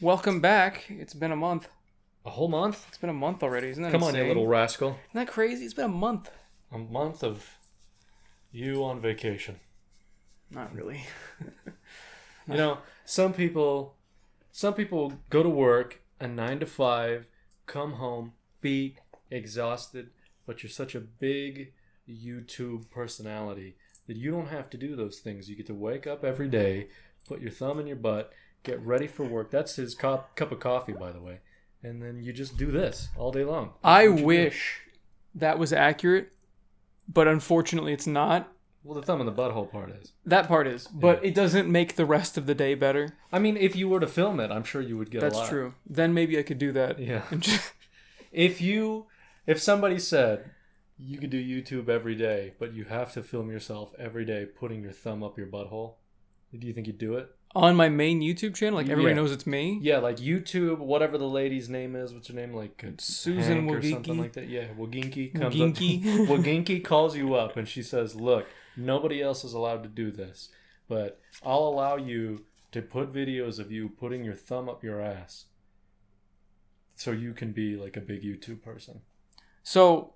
Welcome back. It's been a month. A whole month? It's been a month already, isn't that Come on, insane? you little rascal. Isn't that crazy? It's been a month. A month of you on vacation. Not really. You know, some people some people go to work a 9 to 5, come home beat, exhausted, but you're such a big YouTube personality that you don't have to do those things. You get to wake up every day, put your thumb in your butt, get ready for work. That's his cup cup of coffee, by the way. And then you just do this all day long. I wish that was accurate, but unfortunately, it's not. Well, the thumb in the butthole part is. That part is, but it doesn't make the rest of the day better. I mean, if you were to film it, I'm sure you would get a That's lot. true. Then maybe I could do that. Yeah. And just- If you, if somebody said you could do YouTube every day, but you have to film yourself every day putting your thumb up your butthole, do you think you'd do it? on my main YouTube channel, like everybody Yeah. knows it's me. Yeah, like YouTube, whatever the lady's name is, what's her name? Like uh, Susan Hank or something Wojcicki. like that. Yeah, Waginki comes up- Wojginki. Waginki calls you up and she says, "Look, nobody else is allowed to do this, but I'll allow you to put videos of you putting your thumb up your ass, so you can be like a big YouTube person." So,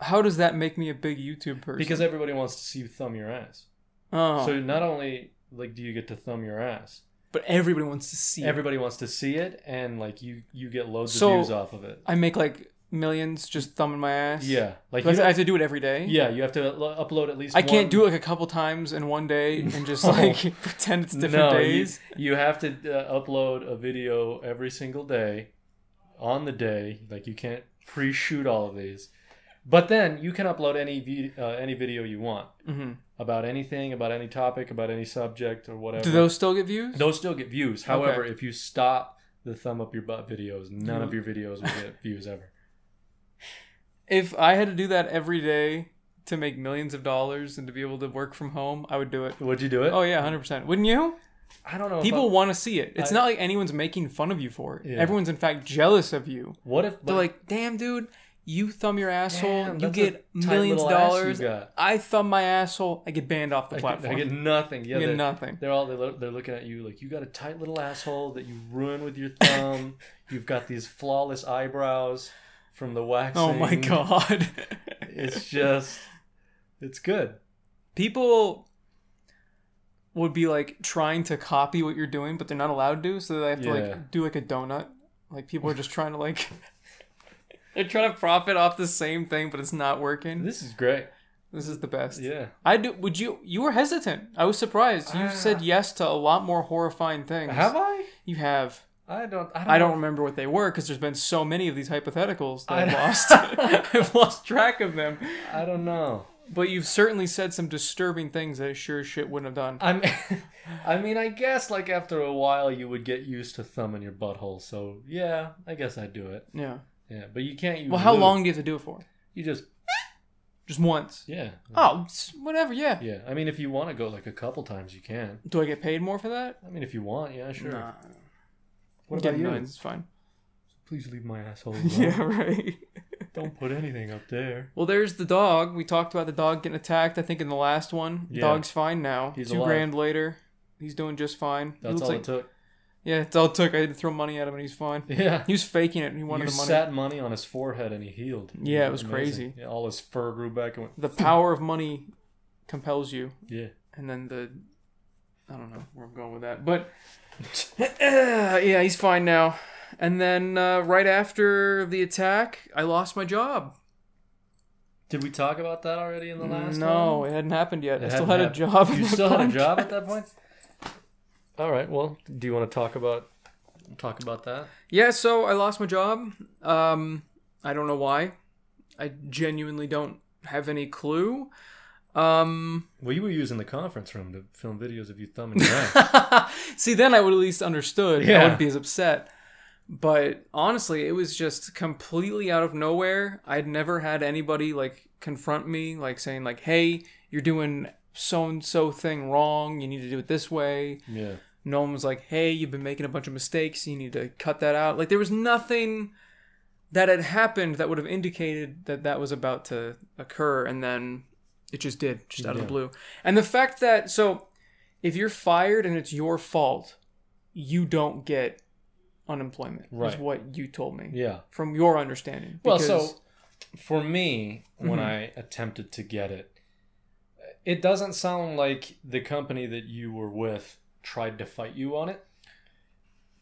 how does that make me a big YouTube person? Because everybody wants to see you thumb your ass. oh, So not only like do you get to thumb your ass, but everybody wants to see. it. everybody wants to see it, and like you you get loads So- of views off of it. I make like millions just thumbing my ass. Yeah, like Do I you have- I have to do it every day. yeah you have to lo- upload at least. I can't one- do it like a couple times in one day and just No. like pretend it's different No, you- days. You, have to uh, upload a video every single day, on the day. Like you can't pre-shoot all of these, but then you can upload any vi- uh, any video you want hmm about anything, about any topic, about any subject or whatever. Do those still get views? Those still get views. However, if you stop the thumb up your butt videos, none of Mm. your videos will get views ever. If I had to do that every day to make millions of dollars and to be able to work from home, I would do it. Would you do it? Oh yeah, hundred percent. Wouldn't you? I don't know. if People I- want to see it. It's I- not like anyone's making fun of you for it. Yeah. Everyone's in fact jealous of you. what if They're like, "Damn, dude, you thumb your asshole, Damn, you that's a get tight millions of little ass you dollars. got." I thumb my asshole, I get banned off the I get, platform. I get nothing. Yeah, You get they're, nothing. they're all they're, lo- they're looking at you like you got a tight little asshole that you ruin with your thumb. You've got these flawless eyebrows from the waxing. Oh my god. It's just, it's good. people would be like trying to copy what you're doing, but they're not allowed to, so they have to Yeah. like do like a donut. Like people are just trying to like they're trying to profit off the same thing, but it's not working. This is great. This is the best. Yeah. I do. Would you? You were hesitant. I was surprised. You've Ah. said yes to a lot more horrifying things. Have I? You have. I don't. I don't. I don't remember what they were because there's been so many of these hypotheticals that I I've don't- lost. I've lost track of them. I don't know. But you've certainly said some disturbing things that I sure as shit wouldn't have done. I mean, I mean, I guess like after a while you would get used to thumbing your butthole. So yeah, I guess I'd do it. Yeah. Yeah, but you can't use. Well, how lube. long do you have to do it for? You just Just once. yeah. Oh, s- whatever. Yeah. Yeah, I mean, if you want to go like a couple times, you can. Do I get paid more for that? I mean, if you want, yeah, sure. Nah. What Get about you? mine, It's fine. Please leave my asshole alone. Yeah. Right. Don't put anything up there. Well, there's the dog. We talked about the dog getting attacked. I think in the last one, Yeah. dog's fine now. He's Two alive. grand later, he's doing just fine. He That's looks all like- it took. Yeah, it's all it took. I had to throw money at him, and he's fine. Yeah. He was faking it, and he You wanted the money. sat money on his forehead and he healed. Yeah, it was crazy. Yeah, all his fur grew back and went. the power of money compels you, Yeah. and then the I don't know where I'm going with that, but Uh, yeah, he's fine now. And then uh, right after the attack, I lost my job. Did we talk about that already in the last? no, one? it hadn't happened yet. I It still had hadn't a job. in You that still had a job podcast. at that point. All right. Well, do you want to talk about talk about that? Yeah, so I lost my job. Um, I don't know why. I genuinely don't have any clue. Um, Well, you were using the conference room to film videos of you thumbing your ass. See, then I would at least understood. I Yeah. wouldn't be as upset. But honestly, it was just completely out of nowhere. I'd never had anybody like confront me, like saying like, "Hey, you're doing so and so thing wrong. You need to do it this way." yeah. No one was like, "Hey, you've been making a bunch of mistakes. You need to cut that out." Like there was nothing that had happened that would have indicated that that was about to occur, and then it just did, just out of the Yeah. blue. And the fact that so, if you're fired and it's your fault, you don't get unemployment. Is Right. what you told me Yeah. from your understanding. Well, because- so for me, when Mhm. I attempted to get it, it doesn't sound like the company that you were with tried to fight you on it.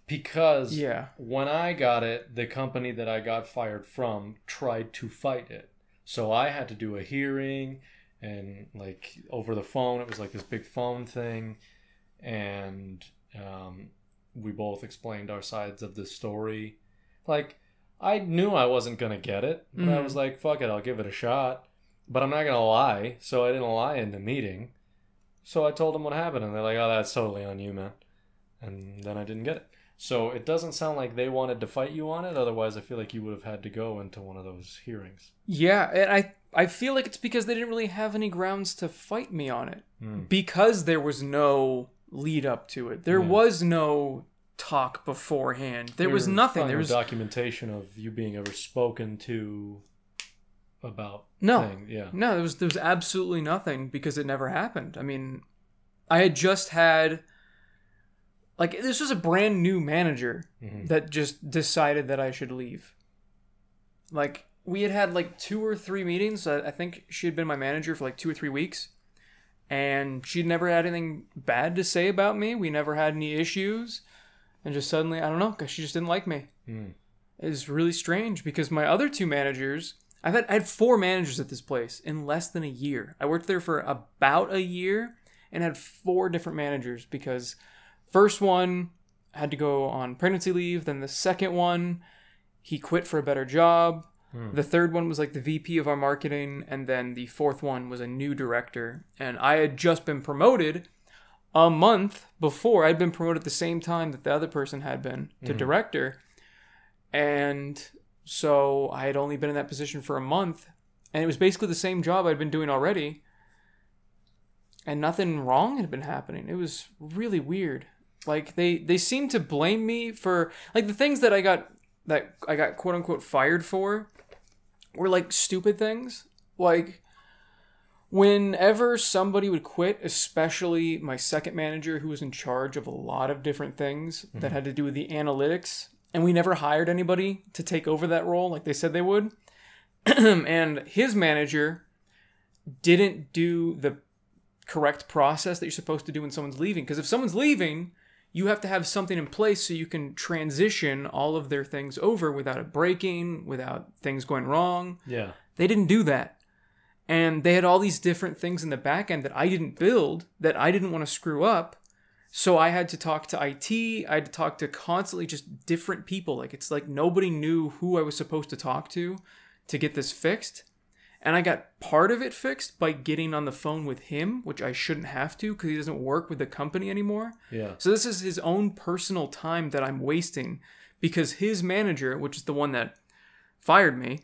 Because yeah, when I got it, the company that I got fired from tried to fight it. So I had to do a hearing and like over the phone, it was like this big phone thing. And um, we both explained our sides of the story. Like, I knew I wasn't going to get it, but I Mhm. was like, fuck it, I'll give it a shot. But I'm not going to lie. So I didn't lie in the meeting. So I told them what happened, and they're like, oh, that's totally on you, man. And then I didn't get it. So it doesn't sound like they wanted to fight you on it. Otherwise, I feel like you would have had to go into one of those hearings. yeah, and I I feel like it's because they didn't really have any grounds to fight me on it. because there was no lead up to it. There Yeah. was no talk beforehand. There We was were nothing. finding There was documentation of you being ever spoken to about No. thing. Yeah. no. There was there was absolutely nothing because it never happened. I mean, I had just had like this was a brand new manager Mhm. that just decided that I should leave. Like we had had like two or three meetings. I I think she had been my manager for like two or three weeks, and she'd never had anything bad to say about me. We never had any issues, and just suddenly I don't know because she just didn't like me. Mm. It was really strange because my other two managers. I've had I had four managers at this place in less than a year. I worked there for about a year and had four different managers because first one had to go on pregnancy leave. Then the second one, he quit for a better job. Hmm. The third one was like the VP of our marketing. And then the fourth one was a new director. And I had just been promoted a month before. I'd been promoted at the same time that the other person had been to Mhm. director. And so I had only been in that position for a month. And it was basically the same job I'd been doing already. And nothing wrong had been happening. It was really weird like they they seem to blame me for like the things that i got that i got quote unquote fired for were like stupid things like whenever somebody would quit especially my second manager who was in charge of a lot of different things that had to do with the analytics and we never hired anybody to take over that role like they said they would and his manager didn't do the correct process that you're supposed to do when someone's leaving because if someone's leaving you have to have something in place so you can transition all of their things over without it breaking, without things going wrong. Yeah. They didn't do that. And they had all these different things in the back end that I didn't build, that I didn't want to screw up. So I had to talk to IT, I had to talk to constantly just different people. Like it's like nobody knew who I was supposed to talk to to get this fixed. And I got part of it fixed by getting on the phone with him, which I shouldn't have to because he doesn't work with the company anymore. Yeah. So this is his own personal time that I'm wasting because his manager, which is the one that fired me,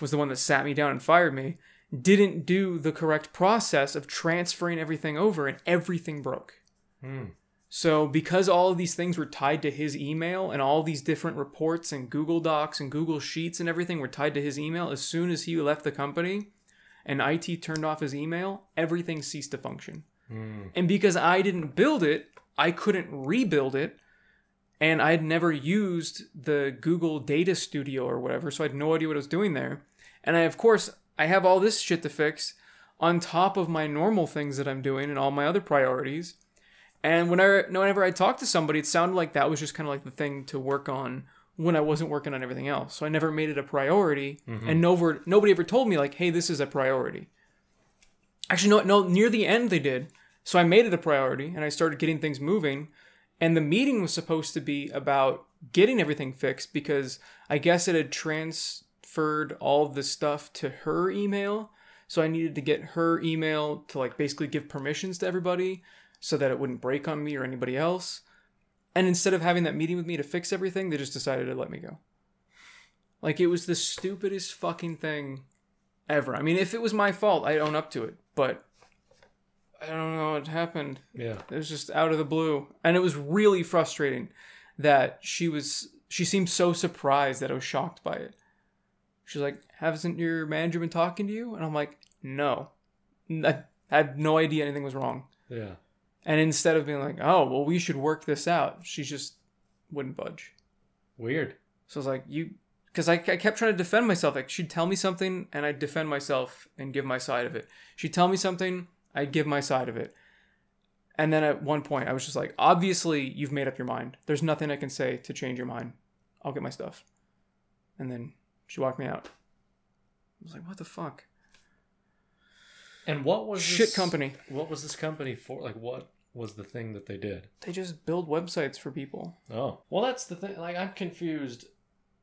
was the one that sat me down and fired me, didn't do the correct process of transferring everything over and everything broke. Mm. So because all of these things were tied to his email and all these different reports and Google Docs and Google Sheets and everything were tied to his email as soon as he left the company and IT turned off his email, everything ceased to function. Mm. And because I didn't build it, I couldn't rebuild it. And I had never used the Google Data Studio or whatever, so I had no idea what I was doing there. And I, of course, I have all this shit to fix on top of my normal things that I'm doing and all my other priorities. And whenever, whenever I talked to somebody, it sounded like that was just kind of like the thing to work on when I wasn't working on everything else. So I never made it a priority, and no, nobody ever told me like, "Hey, this is a priority." Actually, no, no. Near the end, they did. So I made it a priority, and I started getting things moving. And the meeting was supposed to be about getting everything fixed because I guess it had transferred all of the stuff to her email. So I needed to get her email to like basically give permissions to everybody so that it wouldn't break on me or anybody else. And instead of having that meeting with me to fix everything, they just decided to let me go. Like it was the stupidest fucking thing ever. I mean, if it was my fault, I'd own up to it, but I don't know what happened. Yeah. It was just out of the blue, and it was really frustrating that she was. She seemed so surprised that I was shocked by it. She's like, "Hasn't your manager been talking to you?" And I'm like, "No, I I had no idea anything was wrong." Yeah. And instead of being like, "Oh, well, we should work this out," she just wouldn't budge. Weird. So I was like, you, because I, I kept trying to defend myself. Like she'd tell me something, and I'd defend myself and give my side of it. She'd tell me something, I'd give my side of it. And then at one point, I was just like, obviously, you've made up your mind. There's nothing I can say to change your mind. I'll get my stuff. And then she walked me out. I was like, what the fuck? And what was Shit this- company. What was this company for? Like, what was the thing that they did? They just build websites for people. Oh, well, that's the thing. Like, I'm confused.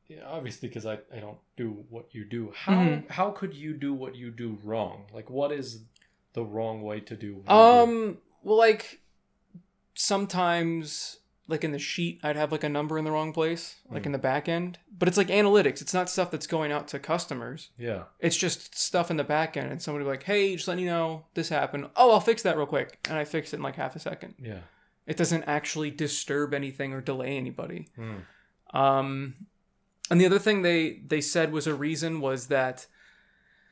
Yeah, obviously, because I, I don't do what you do. How Mhm. how could you do what you do wrong? Like, what is the wrong way to do? What you do? Um, well, like sometimes, like in the sheet, I'd have like a number in the wrong place, like Hmm. in the back end. But it's like analytics. It's not stuff that's going out to customers. yeah, It's just stuff in the back end, and somebody would be like, "Hey, just letting you know this happened. Oh, I'll fix that real quick," and I fixed it in like half a second. yeah. It doesn't actually disturb anything or delay anybody. Mm. Um, and the other thing they they said was a reason was that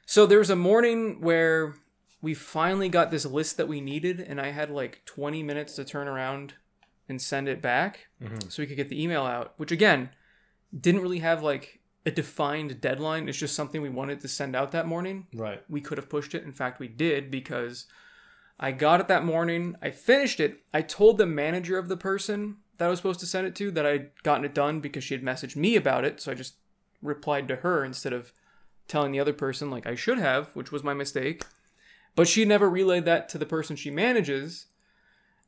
so there was a morning where we finally got this list that we needed, and I had like 20 minutes to turn around and send it back Mhm. so we could get the email out, which again didn't really have like a defined deadline. It's just something we wanted to send out that morning. Right. We could have pushed it. In fact, we did because I got it that morning. I finished it. I told the manager of the person that I was supposed to send it to that I'd gotten it done because she had messaged me about it. So I just replied to her instead of telling the other person, like I should have, which was my mistake. But she never relayed that to the person she manages.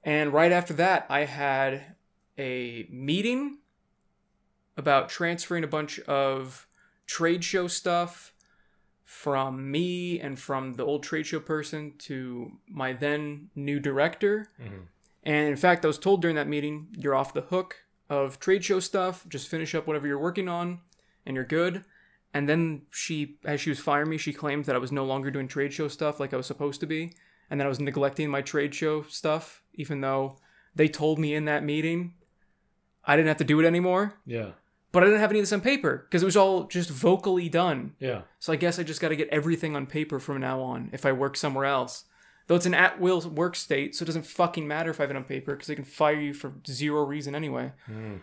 And right after that, I had a meeting about transferring a bunch of trade show stuff from me and from the old trade show person to my then new director. Mhm. And in fact, I was told during that meeting, you're off the hook of trade show stuff. Just finish up whatever you're working on and you're good. And then she, as she was firing me, she claimed that I was no longer doing trade show stuff like I was supposed to be. And that I was neglecting my trade show stuff, even though they told me in that meeting I didn't have to do it anymore. Yeah. But I didn't have any of this on paper because it was all just vocally done. Yeah. So I guess I just got to get everything on paper from now on if I work somewhere else. Though it's an at will work state, so it doesn't fucking matter if I have it on paper because they can fire you for zero reason anyway. Mm.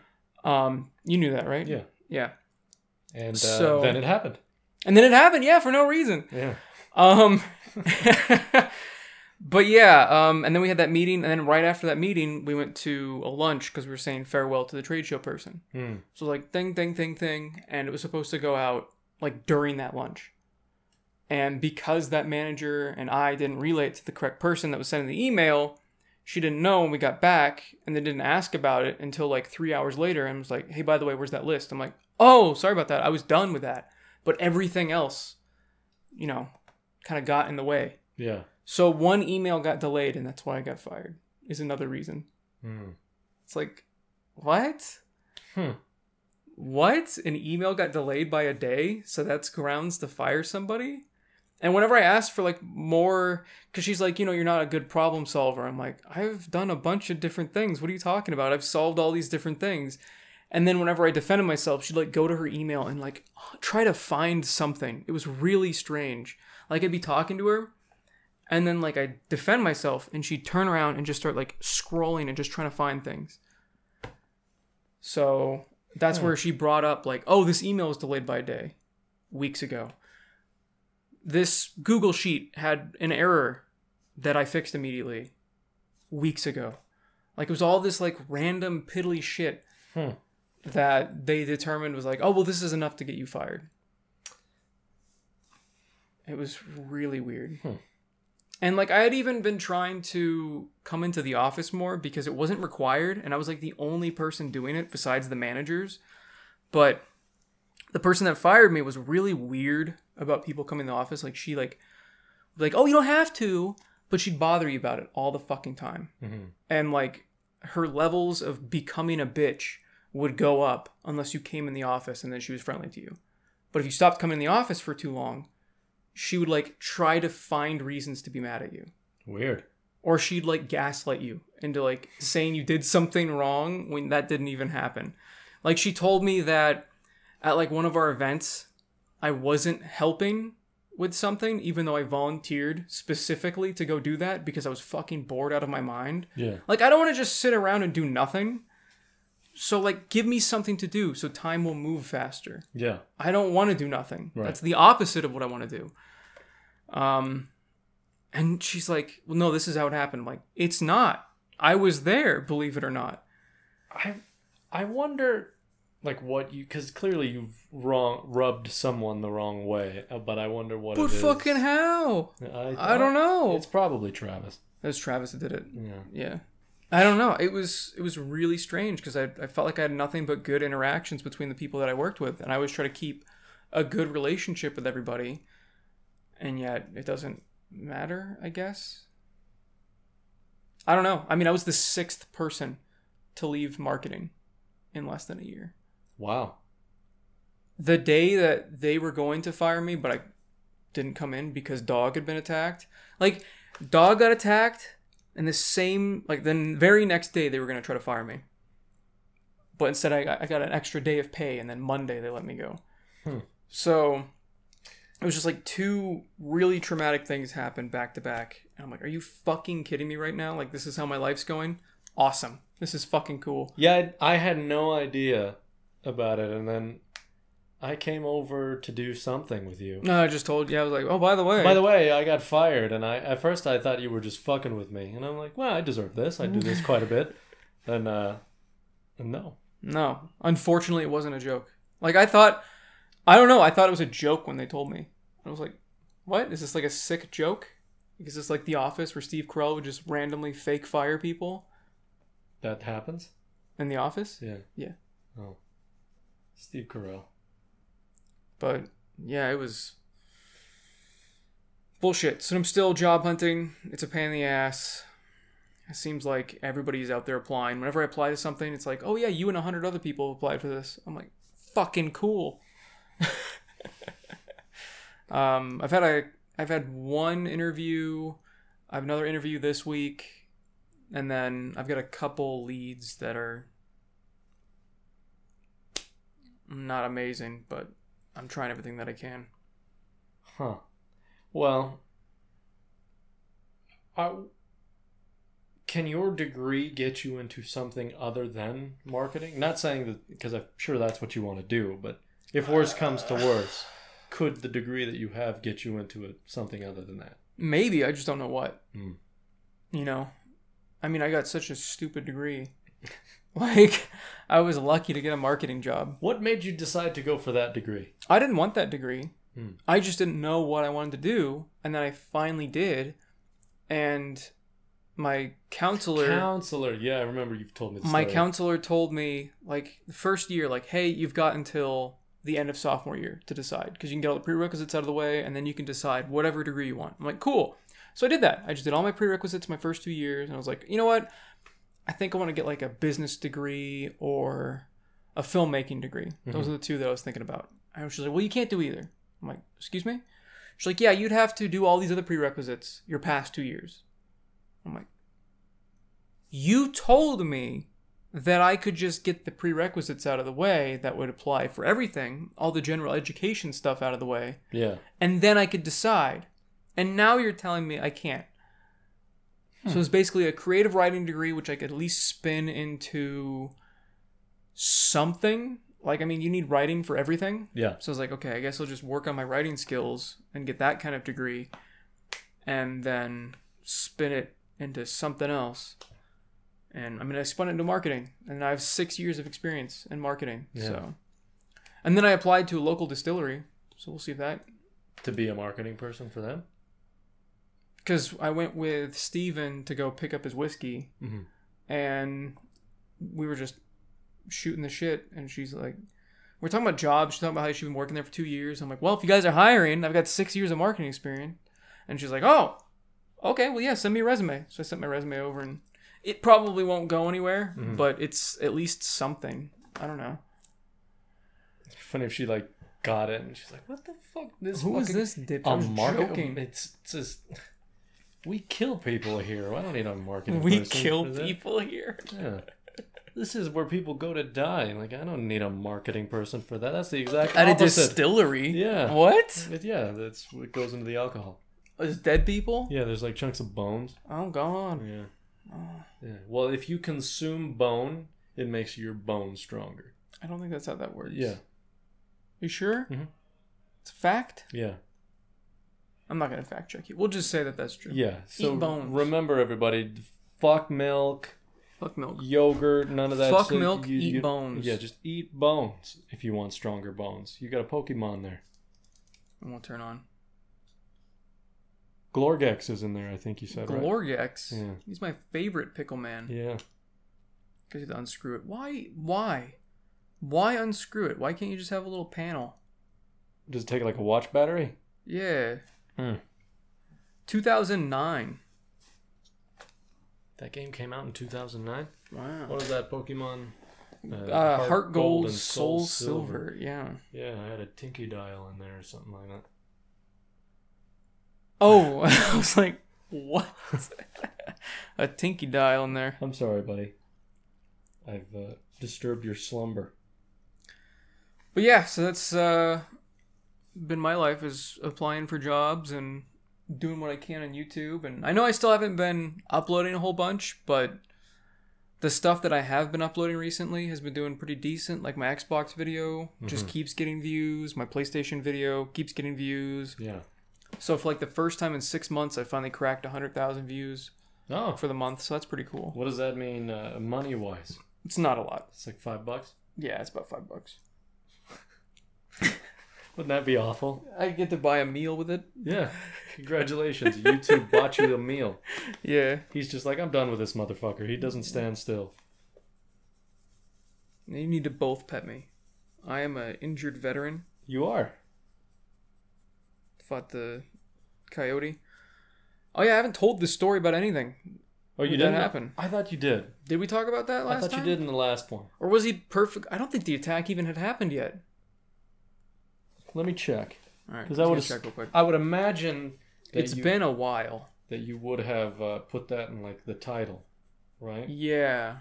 Um, you knew that, right? Yeah. Yeah. And uh, So- then it happened. And then it happened, yeah, for no reason. Yeah. Um, but yeah, um, and then we had that meeting, and then right after that meeting, we went to a lunch because we were saying farewell to the trade show person. Mm. So like thing, thing, thing, thing, and it was supposed to go out like during that lunch. And because that manager and I didn't relay it to the correct person that was sending the email, she didn't know when we got back and they didn't ask about it until like three hours later and was like, Hey, by the way, where's that list? I'm like, Oh, sorry about that. I was done with that. But everything else, you know, kind of got in the way. Yeah. So one email got delayed and that's why I got fired, is another reason. Mm. It's like, what? Hmm. What? An email got delayed by a day, so that's grounds to fire somebody? And whenever I asked for like more, because she's like, you know, you're not a good problem solver. I'm like, I've done a bunch of different things. What are you talking about? I've solved all these different things. And then whenever I defended myself, she'd like go to her email and like try to find something. It was really strange. Like I'd be talking to her, and then like I defend myself, and she'd turn around and just start like scrolling and just trying to find things. So that's Hmm. where she brought up like, oh, this email was delayed by a day, weeks ago. This Google sheet had an error that I fixed immediately, weeks ago. Like it was all this like random piddly shit Hmm. that they determined was like, oh well, this is enough to get you fired. It was really weird. Hmm. And like I had even been trying to come into the office more because it wasn't required, and I was like the only person doing it besides the managers. But the person that fired me was really weird about people coming to the office. Like she like like, oh you don't have to, but she'd bother you about it all the fucking time Mhm. and like her levels of becoming a bitch would go up unless you came in the office and then she was friendly to you. But if you stopped coming in the office for too long, she would like try to find reasons to be mad at you. Weird. Or she'd like gaslight you into like saying you did something wrong when that didn't even happen. Like she told me that at like one of our events, I wasn't helping with something, even though I volunteered specifically to go do that because I was fucking bored out of my mind. Yeah. Like I don't want to just sit around and do nothing. so like give me something to do so time will move faster. Yeah. I don't want to do nothing. Right. That's the opposite of what I want to do. Um, and she's like, well, no, this is how it happened. I'm like, it's not. I was there, believe it or not. I I wonder like what you because clearly you've wrong rubbed someone the wrong way, uh, but I wonder what. But it is. fucking how? I don't know. It's probably Travis. That's Travis that did it. Yeah. Yeah. I don't know. It was it was really strange because I, I felt like I had nothing but good interactions between the people that I worked with, and I always try to keep a good relationship with everybody, and yet it doesn't matter. I guess. I don't know. I mean, I was the sixth person to leave marketing in less than a year. Wow. The day that they were going to fire me, but I didn't come in because dog had been attacked. Like dog got attacked and the same like the very next day they were going to try to fire me but instead I got, I got an extra day of pay and then monday they let me go Hmm. so it was just like two really traumatic things happened back to back and i'm like are you fucking kidding me right now like this is how my life's going awesome this is fucking cool Yeah, I, I had no idea about it, and then I came over to do something with you. no i just told you i was like oh by the way By the way, I got fired, and I at first I thought you were just fucking with me, and I'm like, well, I deserve this. I do this quite a bit, and uh, and no, no unfortunately it wasn't a joke like i thought i don't know i thought it was a joke when they told me i was like what is this like a sick joke is this like the office where steve carell would just randomly fake fire people that happens. in the office Yeah. Yeah. Oh, Steve Carell. but yeah, it was bullshit. So I'm still job hunting. It's a pain in the ass. It seems like everybody's out there applying. Whenever I apply to something, it's like, oh yeah, you and a hundred other people applied for this. I'm like, fucking cool. um, I've had a, I've had one interview. I have another interview this week, and then I've got a couple leads that are not amazing, but I'm trying everything that I can. Huh. Well, I, can your degree get you into something other than marketing? Not saying that because I'm sure that's what you want to do, but if worse comes to worse, could the degree that you have get you into a, something other than that? Maybe I just don't know what. Hmm. You know, I mean, I got such a stupid degree. like, I was lucky to get a marketing job. What made you decide to go for that degree? I didn't want that degree. Hmm. I just didn't know what I wanted to do, and then I finally did. And my counselor, Counselor. Yeah, I remember you've told me. The my story. counselor told me like the first year, like, hey, you've got until the end of sophomore year to decide because you can get all the prerequisites out of the way, and then you can decide whatever degree you want. I'm like, cool. So I did that. I just did all my prerequisites my first two years, and I was like, you know what? I think I want to get like a business degree or a filmmaking degree. Those Mhm. are the two that I was thinking about. And she's like, well, you can't do either. I'm like, excuse me? She's like, yeah, you'd have to do all these other prerequisites your past two years. I'm like, you told me that I could just get the prerequisites out of the way that would apply for everything, all the general education stuff out of the way, Yeah. and then I could decide. And now you're telling me I can't. So it's basically a creative writing degree, which I could at least spin into something. Like, I mean, you need writing for everything. Yeah. So I was like, okay, I guess I'll just work on my writing skills and get that kind of degree and then spin it into something else. And I mean, I spun it into marketing and I have six years of experience in marketing. Yeah. So, and then I applied to a local distillery. So we'll see if that To be a marketing person for them. because I went with Steven to go pick up his whiskey, Mhm. and we were just shooting the shit. And she's like, "We're talking about jobs. She's talking about how she's been working there for two years." I'm like, "Well, if you guys are hiring, I've got six years of marketing experience." And she's like, "Oh, okay. Well, yeah, send me a resume." So I sent my resume over, and it probably won't go anywhere, Mhm. but it's at least something. I don't know. Funny if she like got it and she's like, "What the fuck? This Who is fucking- this dip? I a was market. joking. It's, it's just we kill people here. I don't need a marketing. We person kill for that. people here. Yeah. This is where people go to die. Like I don't need a marketing person for that. That's the exact At a opposite. distillery. Yeah. What? It- yeah, that's what goes into the alcohol. Is dead people? Yeah, there's like chunks of bones. Oh, go on. Yeah. Yeah. Well, if you consume bone, it makes your bones stronger. I don't think that's how that works. Yeah, You sure? Mhm. It's a fact. yeah, I'm not gonna fact check you. We'll just say that that's true. yeah. So bones. remember, everybody, fuck milk, Fuck milk. yogurt, none of that. Fuck shit. milk, eat bones. Yeah, just eat bones if you want stronger bones. You got a Pokemon there. And we'll turn on Glorgex is in there. I think you said right. Glorgex. Yeah. He's my favorite pickle man. Yeah, Because you have to unscrew it. Why? Why? Why unscrew it? Why can't you just have a little panel? does it take like a watch battery? Yeah. Hmm. 2009. That game came out in 2009. Wow. What was that Pokemon? Uh, Uh, heart, gold, soul, silver. Yeah. Yeah, I had a Tinky Dial in there or something like that. Oh, I was like, what? a tinky dial in there. I'm sorry, buddy. I've uh, disturbed your slumber. But yeah, so that's uh, been my life is applying for jobs and doing what I can on YouTube. And I know I still haven't been uploading a whole bunch, but the stuff that I have been uploading recently has been doing pretty decent. Like my Xbox video just keeps getting views. My PlayStation video keeps getting views. Yeah. So for like the first time in six months, I finally cracked 100,000 views Oh, for the month. So that's pretty cool. what does that mean uh, money wise? It's not a lot. It's like five bucks. Yeah, it's about five bucks. Wouldn't that be awful? I get to buy a meal with it. Yeah. Congratulations, YouTube bought you a meal. Yeah. He's just like, I'm done with this motherfucker. He doesn't stand still. You need to both pet me. I am a injured veteran. You are. Fought the coyote. Oh yeah, I haven't told this story about anything. Oh, you Did that didn't happen? I thought you did. Did we talk about that last I thought time? you did in the last one. Or was he perfect? I don't think the attack even had happened yet. Let me check. All right, Because I would let's check real quick. I would imagine that It's you, been a while. that you would have uh, put that in like the title, right? Yeah.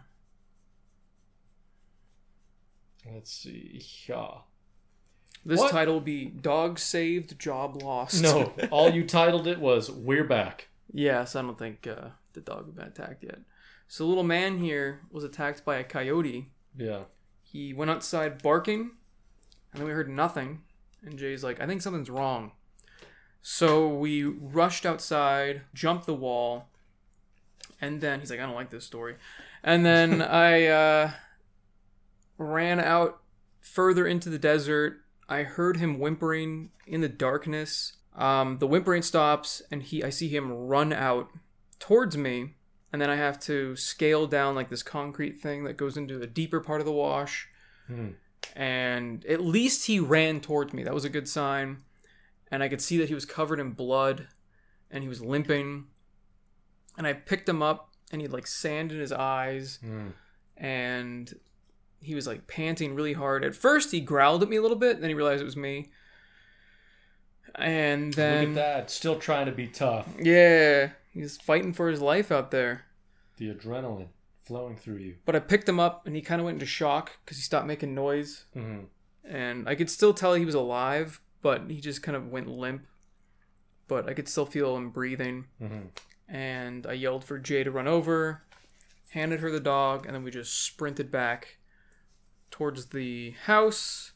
Let's see. Yeah. This What? title will be "Dog Saved, Job Lost." No, all you titled it was "We're Back." Yes, I don't think uh, the dog had been attacked yet. So little man here was attacked by a coyote. Yeah. He went outside barking, and then we heard nothing. And Jay's like, I think something's wrong. So we rushed outside, jumped the wall, and then he's like, I don't like this story. And then I uh, ran out further into the desert. I heard him whimpering in the darkness. Um, the whimpering stops, and he I see him run out towards me and then I have to scale down like this concrete thing that goes into a deeper part of the wash. Hmm. And at least he ran towards me. That was a good sign. And I could see that he was covered in blood and he was limping. And I picked him up and he had like sand in his eyes Hmm. and he was like panting really hard. At first he growled at me a little bit, then he realized it was me. And Look then at that. Still trying to be tough. Yeah. He's fighting for his life out there. The adrenaline flowing through you. But I picked him up and he kind of went into shock because he stopped making noise. Mm-hmm. And I could still tell he was alive, but he just kind of went limp. But I could still feel him breathing. Mm-hmm. And I yelled for Jay to run over, handed her the dog, and then we just sprinted back towards the house,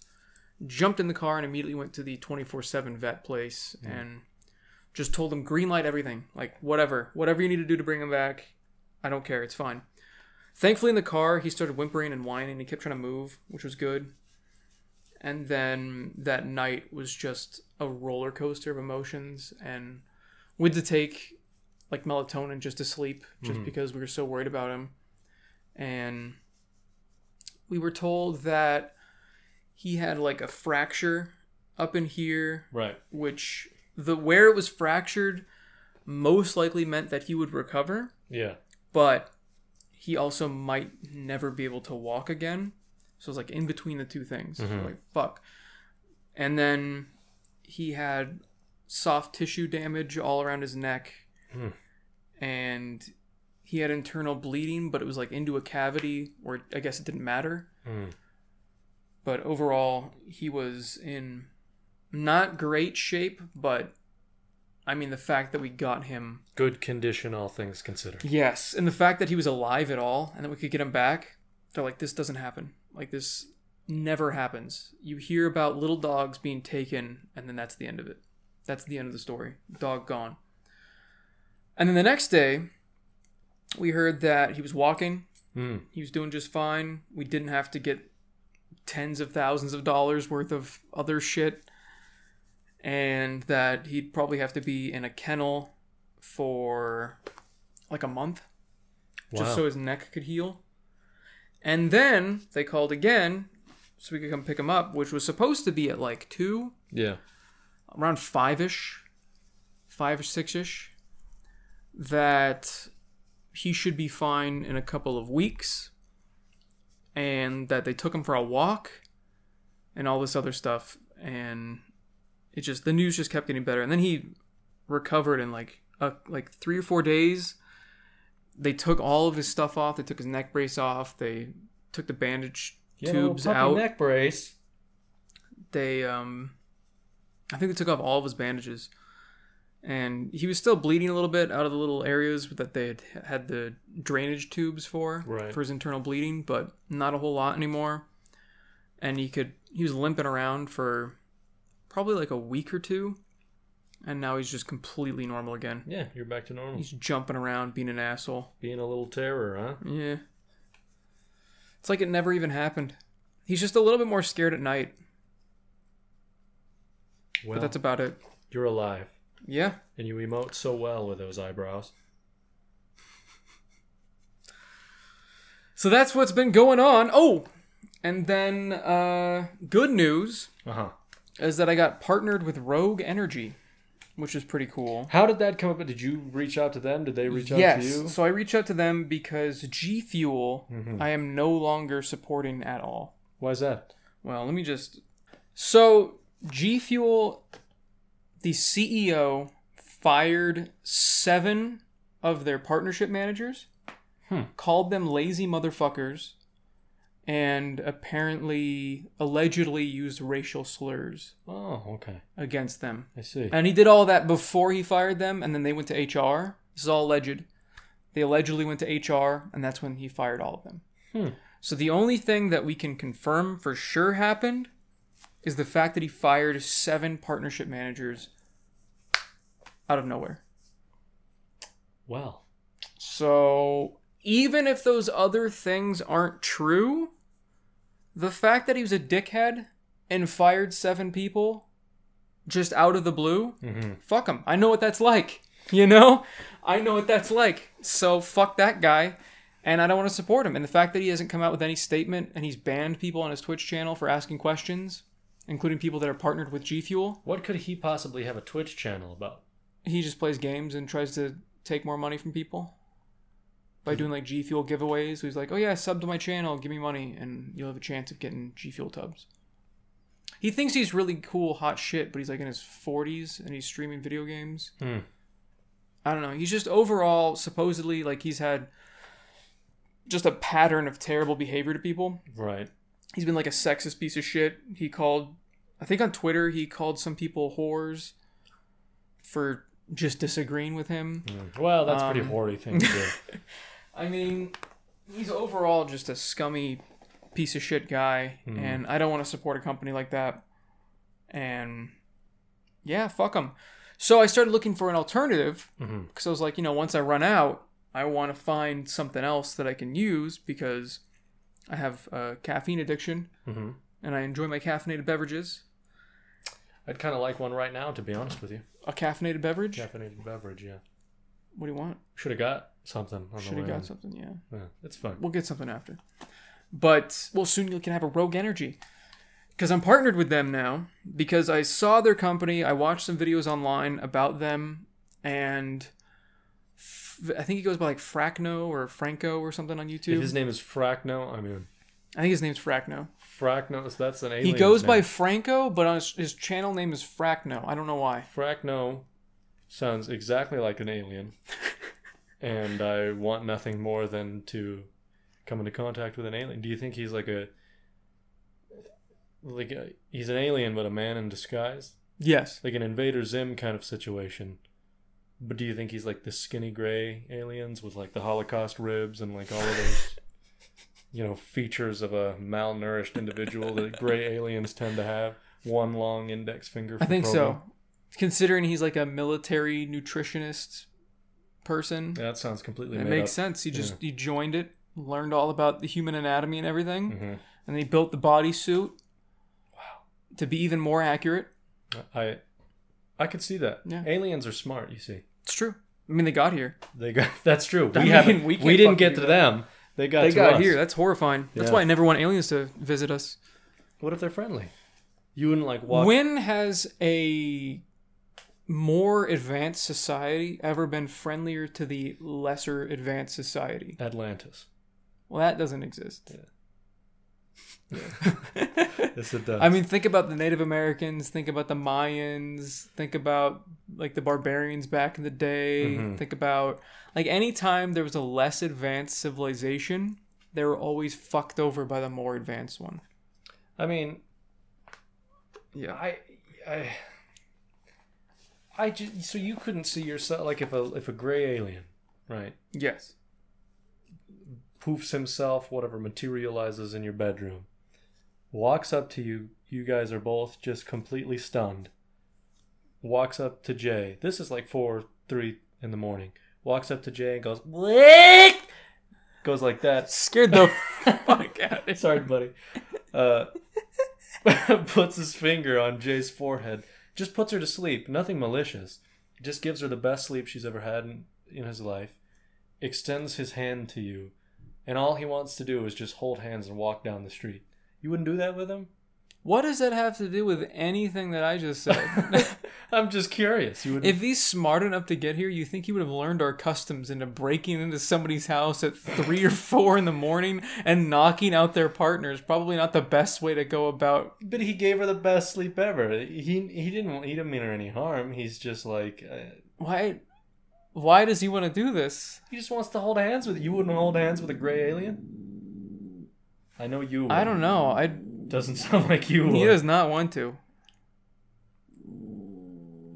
jumped in the car, and immediately went to the 24 7 vet place and just told them green light everything. Like, whatever. Whatever you need to do to bring him back, I don't care. It's fine. Thankfully, in the car, he started whimpering and whining. He kept trying to move, which was good. And then that night was just a roller coaster of emotions. And we had to take like melatonin just to sleep, just because we were so worried about him. And we were told that he had like a fracture up in here Right. which the where it was fractured most likely meant that he would recover, Yeah. but he also might never be able to walk again. So it's like in between the two things. So Mhm. Like fuck. And then he had soft tissue damage all around his neck. Hmm. And he had internal bleeding, but it was like into a cavity where I guess it didn't matter Mm. but overall he was in not great shape but i mean the fact that we got him Good condition, all things considered. yes and the fact that he was alive at all and that we could get him back they're like this doesn't happen like this never happens you hear about little dogs being taken and then that's the end of it that's the end of the story dog gone and then the next day we heard that he was walking Mm. he was doing just fine we didn't have to get tens of thousands of dollars worth of other shit and that he'd probably have to be in a kennel for like a month just so his neck could heal. And then they called again so we could come pick him up, which was supposed to be at like two, yeah. around five ish, five or six ish, that he should be fine in a couple of weeks, and that they took him for a walk, and all this other stuff, and it just the news just kept getting better, and then he recovered in like uh, like three or four days. They took all of his stuff off. They took his neck brace off. They took the bandage Get a little tubes puppy out Neck brace. they um I think they took off all of his bandages. And he was still bleeding a little bit out of the little areas that they had had the drainage tubes for Right. for his internal bleeding, but not a whole lot anymore. And he could he was limping around for probably like a week or two. And now he's just completely normal again. Yeah, you're back to normal. He's jumping around, being an asshole. Being a little terror, huh? Yeah. It's like it never even happened. He's just a little bit more scared at night, Well, but that's about it. you're alive, Yeah. and you emote so well with those eyebrows. So that's what's been going on. Oh, and then uh, good news Uh huh. is that I got partnered with Rogue Energy, which is pretty cool. How did that come up? Did you reach out to them? Did they reach out yes. to you? Mm-hmm. So I reached out to them because G Fuel, I am no longer supporting at all. Why is that? Well, let me just. So G Fuel, the CEO fired seven of their partnership managers, Hmm. called them lazy motherfuckers, and apparently, allegedly used racial slurs Oh, okay. against them. I see. And he did all that before he fired them, and then they went to HR. This is all alleged. They allegedly went to HR, and that's when he fired all of them. Hmm. So the only thing that we can confirm for sure happened is the fact that he fired seven partnership managers out of nowhere. Well, So even if those other things aren't true, the fact that he was a dickhead and fired seven people just out of the blue mm-hmm. fuck him. I know what that's like. You know? I know what that's like. So fuck that guy. And I don't want to support him. And the fact that he hasn't come out with any statement and he's banned people on his Twitch channel for asking questions, including people that are partnered with G Fuel, what could he possibly have a Twitch channel about? he just plays games and tries to take more money from people by doing like G Fuel giveaways. So he's like, oh yeah, sub to my channel, give me money, and you'll have a chance of getting G Fuel tubs. He thinks he's really cool, hot shit, but he's like in his 40s and he's streaming video games. Hmm. I don't know. He's just overall supposedly like he's had just a pattern of terrible behavior to people. Right. He's been like a sexist piece of shit. He called, I think on Twitter, he called some people whores for just disagreeing with him. Mm. Well, that's pretty Um, horny thing to do. I mean, he's overall just a scummy piece of shit guy, Mhm. and I don't want to support a company like that. And yeah, fuck him. So I started looking for an alternative. mm-hmm. because I was like, you know, once I run out, I want to find something else that I can use because I have a caffeine addiction Mm-hmm. and I enjoy my caffeinated beverages. I'd kind of like one right now, to be honest with you. A caffeinated beverage? Caffeinated beverage, yeah. What do you want? Should have got something. on the Should have way got in. something, yeah. Yeah, it's fine. We'll get something after. But, well, soon you can have a Rogue Energy. Because I'm partnered with them now, because I saw their company, I watched some videos online about them, and f- I think he goes by like Fracno or Franco or something on YouTube. If his name is Fracno, I mean, I think his name's Fracno. Fracno, is- that's an alien. He goes by name. Franco, but on his, his channel name is Fracno. I don't know why. Fracno sounds exactly like an alien. and I want nothing more than to come into contact with an alien. Do you think he's like a. Like a, he's an alien, but a man in disguise, Yes. like an Invader Zim kind of situation. But do you think he's like the skinny gray aliens with like the Holocaust ribs and like all of those you know features of a malnourished individual that gray aliens tend to have one long index finger I for think probing. so. Considering he's like a military nutritionist person, Yeah, that sounds completely it made makes up. sense. He just he joined it, learned all about the human anatomy and everything, Mhm. and he built the bodysuit. Mm. Wow. To be even more accurate. I I could see that. Yeah. Aliens are smart, you see. It's true. I mean, they got here. They got that's true. We I mean, haven't we we, can't didn't fucking get do to them. They got They to got us. here. That's horrifying. That's Yeah. why I never want aliens to visit us. What if they're friendly? You wouldn't like walk When has a more advanced society ever been friendlier to the lesser advanced society? Atlantis. Well, that doesn't exist. Yes, it does. I mean, think about the Native Americans, think about the Mayans, think about like the barbarians back in the day, Mhm. think about like any time there was a less advanced civilization, they were always fucked over by the more advanced one. I mean, Yeah. I, I, I just so you couldn't see yourself like if a if a gray alien, right, Yes. poofs himself, whatever materializes in your bedroom, walks up to you. You guys are both just completely stunned. Walks up to Jay. This is like four, three in the morning. Walks up to Jay and goes, "What?" Goes like that. Scared the fuck out of Sorry, buddy. Uh, puts his finger on Jay's forehead. Just puts her to sleep. Nothing malicious. Just gives her the best sleep she's ever had in, in his life. Extends his hand to you. And all he wants to do is just hold hands and walk down the street. You wouldn't do that with him? What does that have to do with anything that I just said? I'm just curious. You would if he's smart enough to get here, you think he would have learned our customs into breaking into somebody's house at three or four in the morning and knocking out their partners? Probably not the best way to go about. But he gave her the best sleep ever. He he didn't he didn't mean her any harm. He's just like uh, Why? Why does he want to do this? he just wants to hold hands with you. Wouldn't hold hands with a gray alien? I know you. I wouldn't. don't know. I Doesn't sound like you he would. does not want to.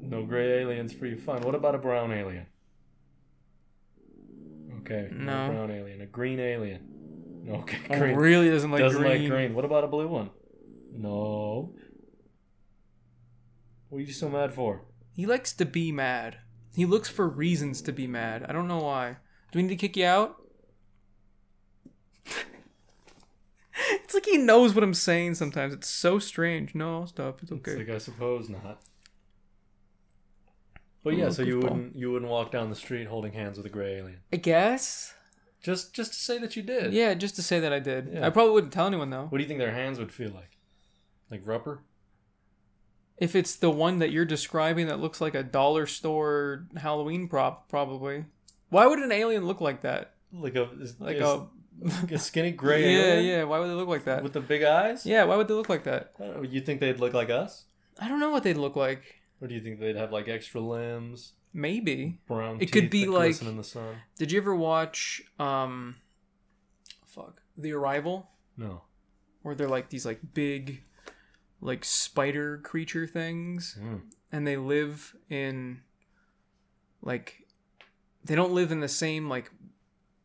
No gray aliens for you fun. What about a brown alien? Okay. No. A brown alien. A green alien. Okay. Oh, Green. Really doesn't like doesn't green. like green. What about a blue one? No. What are you so mad for? He likes to be mad. He looks for reasons to be mad. I don't know why. Do we need to kick you out? it's like he knows what I'm saying sometimes. It's so strange. No, stop. It's It's okay. like I suppose not. But yeah, Oh, so you goofball. wouldn't you wouldn't walk down the street holding hands with a gray alien. I guess. Just just to say that you did. Yeah, just to say that I did. Yeah. I probably wouldn't tell anyone though. What do you think their hands would feel like? Like rubber? If it's the one that you're describing that looks like a dollar store Halloween prop, probably. Why would an alien look like that? Like a Like like a, a skinny a gray yeah, alien? yeah. Why would they look like that? With the big eyes? Yeah, why would they look like that? I don't know, You think they'd look like us? I don't know what they'd look like. Or do you think they'd have like extra limbs, Maybe. brown It could teeth be that like- glisten in the sun? Did you ever watch um fuck, The Arrival No. where they're like these like big like spider creature things Mm. and they live in like they don't live in the same like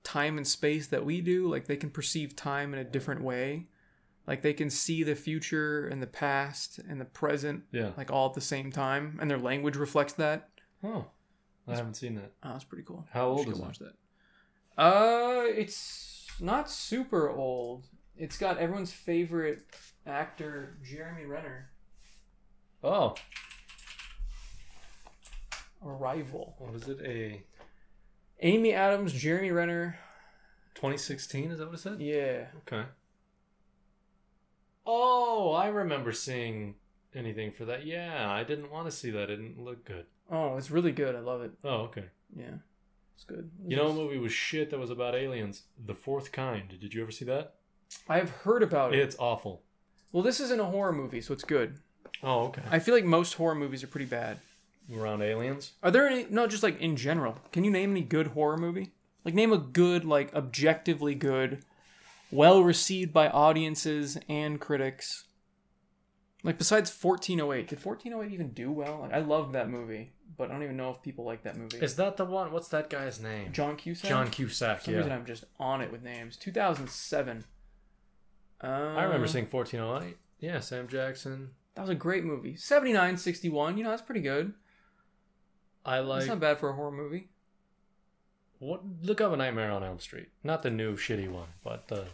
time and space that we do, like they can perceive time in a different way. Like they can see the future and the past and the present Yeah. like all at the same time and their language reflects that. Oh. I haven't seen that. Oh, that's pretty cool. How You old should is go it? watch that. Uh, it's not super old. It's got everyone's favorite actor, Jeremy Renner, Oh. Arrival. What is it? A Amy Adams, Jeremy Renner. 2016? Is that what it said? Yeah. Okay. Oh, I remember seeing anything for that. Yeah, I didn't want to see that. It didn't look good. Oh, it's really good. I love it. Oh, okay. Yeah, it's good. You know, a movie was shit that was about aliens. The Fourth Kind. Did you ever see that? I've heard about it. It's awful. Well, this isn't a horror movie, so it's good. Oh, okay. I feel like most horror movies are pretty bad. Around aliens? Are there any? No, just like in general. Can you name any good horror movie? Like name a good, like objectively good, well received by audiences and critics. Like besides 1408, did 1408 even do well? Like I loved that movie, but I don't even know if people like that movie. Is that the one? What's that guy's name? John Cusack? John Cusack. For some yeah. reason I'm just on it with names. 2007. Um, I remember seeing 1408. Yeah, Sam Jackson. that was a great movie. 79, 61, you know, that's pretty good. I like. that's not bad for a horror movie. What? Look up a Nightmare on Elm Street. Not the new shitty one, but the.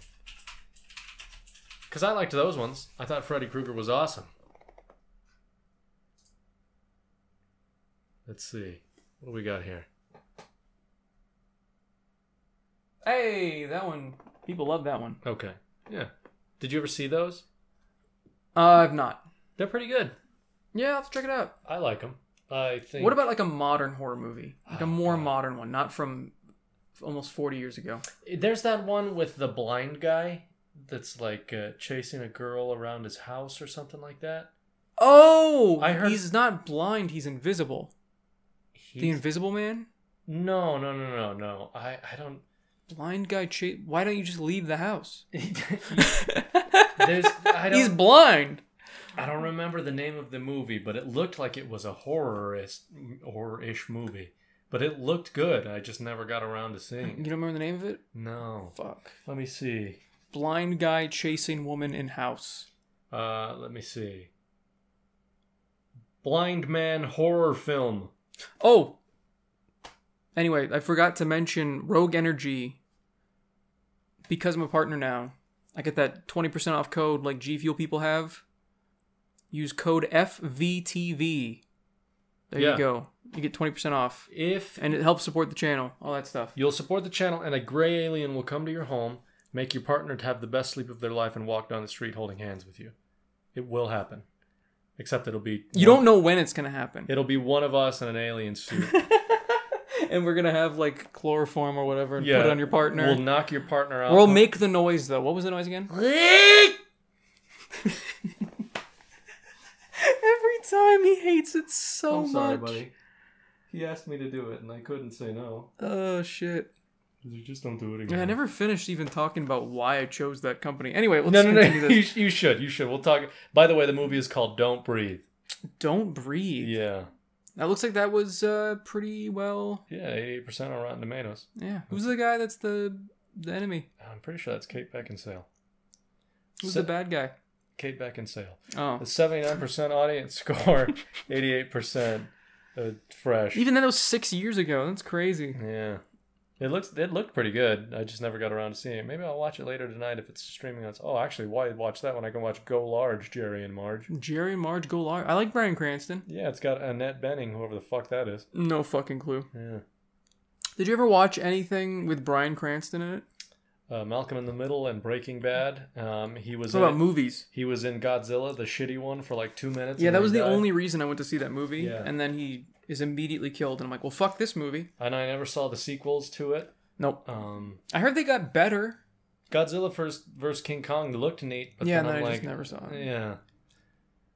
Because I liked those ones. I thought Freddy Krueger was awesome. Let's see. What do we got here? Hey, that one. People love that one. Okay. Yeah. Did you ever see those? Uh, I've not. They're pretty good. Yeah, I'll have to check it out. I like them. I think. What about like a modern horror movie? Like Oh, a more God. modern one, not from almost 40 years ago. There's that one with the blind guy that's like uh, chasing a girl around his house or something like that. Oh! I heard- He's not blind, he's invisible. The He's- Invisible Man? no, no, no, no, no. I, I don't. Blind guy cha- Why don't you just leave the house? There's, I don't, He's blind! I don't remember the name of the movie, but it looked like it was a horrorist, horror-ish movie. But it looked good. I just never got around to You seeing. don't it. remember the name of it? No. Fuck. Let me see. Blind guy chasing woman in house. Uh, let me see. Blind man horror film. Oh! Anyway, I forgot to mention Rogue Energy. Because I'm a partner now, I get that 20% off code like G Fuel people have. Use code FVTV. There Yeah. you go. You get 20% off. If And it helps support the channel, all that stuff. You'll support the channel, and a gray alien will come to your home, make your partner to have the best sleep of their life, and walk down the street holding hands with you. It will happen, except it'll be You don't know when it's going to happen. It'll be one of us in an alien suit. and we're gonna have like chloroform or whatever and Yeah, put it on your partner. We'll We'll, knock your partner out. make the noise though. What was the noise again? Every time he hates it so I'm sorry, much. buddy. He asked me to do it, and I couldn't say no. Oh shit! You just don't do it Yeah, again. I never finished even talking about why I chose that company. Anyway, let's No, no, no. continue You, this. sh- you should. You should. We'll talk. By the way, the movie is called Don't Breathe. Don't breathe. Yeah. That looks like that was uh, pretty well. Yeah, 88% on Rotten Tomatoes. Yeah. Who's the guy that's the the enemy? I'm pretty sure that's Kate Beckinsale. Who's So- the bad guy? Kate Beckinsale. Oh. The 79% audience score, 88% uh, fresh. Even then, that was six years ago. That's crazy. Yeah. It looks it looked pretty good. I just never got around to seeing it. Maybe I'll watch it later tonight if it's streaming on. Oh, actually, why watch that when I can watch Go Large, Jerry and Marge? Jerry Marge Golar. I like Brian Cranston. Yeah, it's got Annette Benning, whoever the fuck that is. No fucking clue. Yeah. Did you ever watch anything with Brian Cranston in it? Uh, Malcolm in the Middle and Breaking Bad. Um, he was What in about it- movies? he was in Godzilla, the shitty one, for like two minutes. Yeah, and that then was he the died. only reason I went to see that movie. Yeah. And then he is immediately killed, and I'm like, well, fuck this movie. And I never saw the sequels to it. Nope. Um, I heard they got better. Godzilla first versus King Kong looked neat, but yeah, and then then I'm I like, just never saw it. Yeah.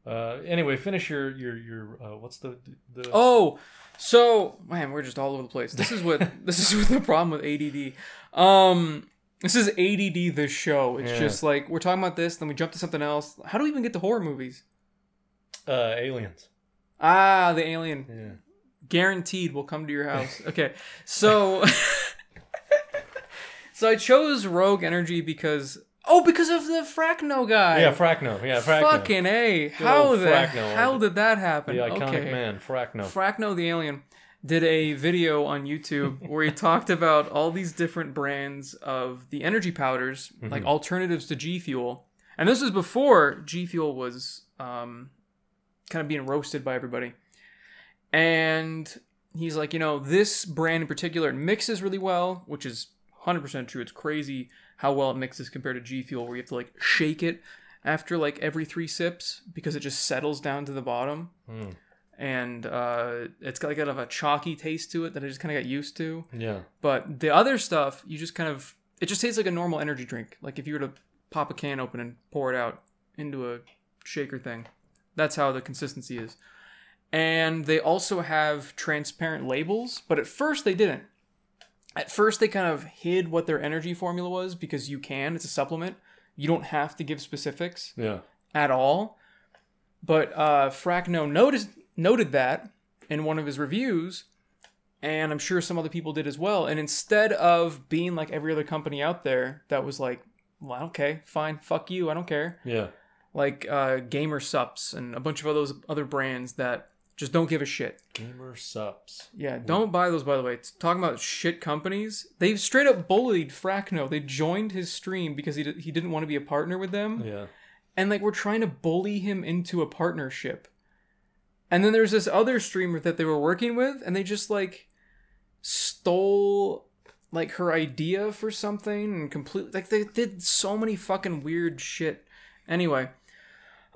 Uh, anyway, finish your your your uh, what's the the Oh, so man, we're just all over the place. This is what this is what the problem with ADD. Um, this is ADD. This show. It's Yeah. just like we're talking about this, then we jump to something else. How do we even get to horror movies? uh, aliens. Ah, the alien. Yeah. guaranteed will come to your house. Okay, so so I chose Rogue Energy because oh, because of the Fracno guy. Oh, Yeah, Fracno. Yeah, Fracno. Fucking a. How old the Fracno. how did that happen? the iconic okay. man, Fracno. Fracno the alien did a video on YouTube where he talked about all these different brands of the energy powders, like alternatives to G Fuel. And this was before G Fuel was um, kind of being roasted by everybody. And he's like, you know, this brand in particular it mixes really well, which is 100% true. It's crazy how well it mixes compared to G Fuel, where you have to like shake it after like every three sips because it just settles down to the bottom Mm, and uh, it's got like kind of a chalky taste to it that I just kind of got used to. yeah. But the other stuff, you just kind of it just tastes like a normal energy drink. Like if you were to pop a can open and pour it out into a shaker thing, that's how the consistency is. And they also have transparent labels, but at first they didn't. At first they kind of hid what their energy formula was because you can, it's a supplement. You don't have to give specifics Yeah. at all. But uh, Fracno noticed noted that in one of his reviews, and I'm sure some other people did as well. And instead of being like every other company out there that was like, well, okay, fine, fuck you, I don't care. Yeah. Like uh, Gamer Sups and a bunch of all those other brands that just don't give a shit. Gamer subs. Yeah, don't buy those. By the way, It's talking about shit companies, they straight up bullied Frackno. They joined his stream because he d- he didn't want to be a partner with them, Yeah. and like we're trying to bully him into a partnership. And then there's this other streamer that they were working with, and they just like stole like her idea for something and completely like they did so many fucking weird shit. Anyway,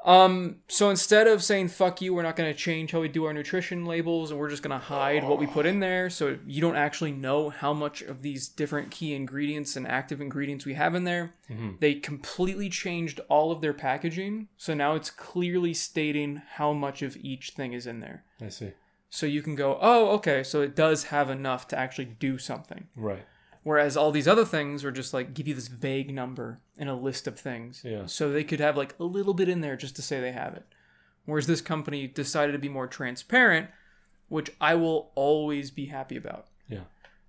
um, so instead of saying "fuck you," we're not going to change how we do our nutrition labels, and we're just going to hide what we put in there, so you don't actually know how much of these different key ingredients and active ingredients we have in there. Mhm. They completely changed all of their packaging, so now it's clearly stating how much of each thing is in there. I see. So you can go, "Oh, okay, so it does have enough to actually do something." Right. Whereas all these other things were just like give you this vague number and a list of things. Yeah. So they could have like a little bit in there just to say they have it. Whereas this company decided to be more transparent, which I will always be happy about. Yeah.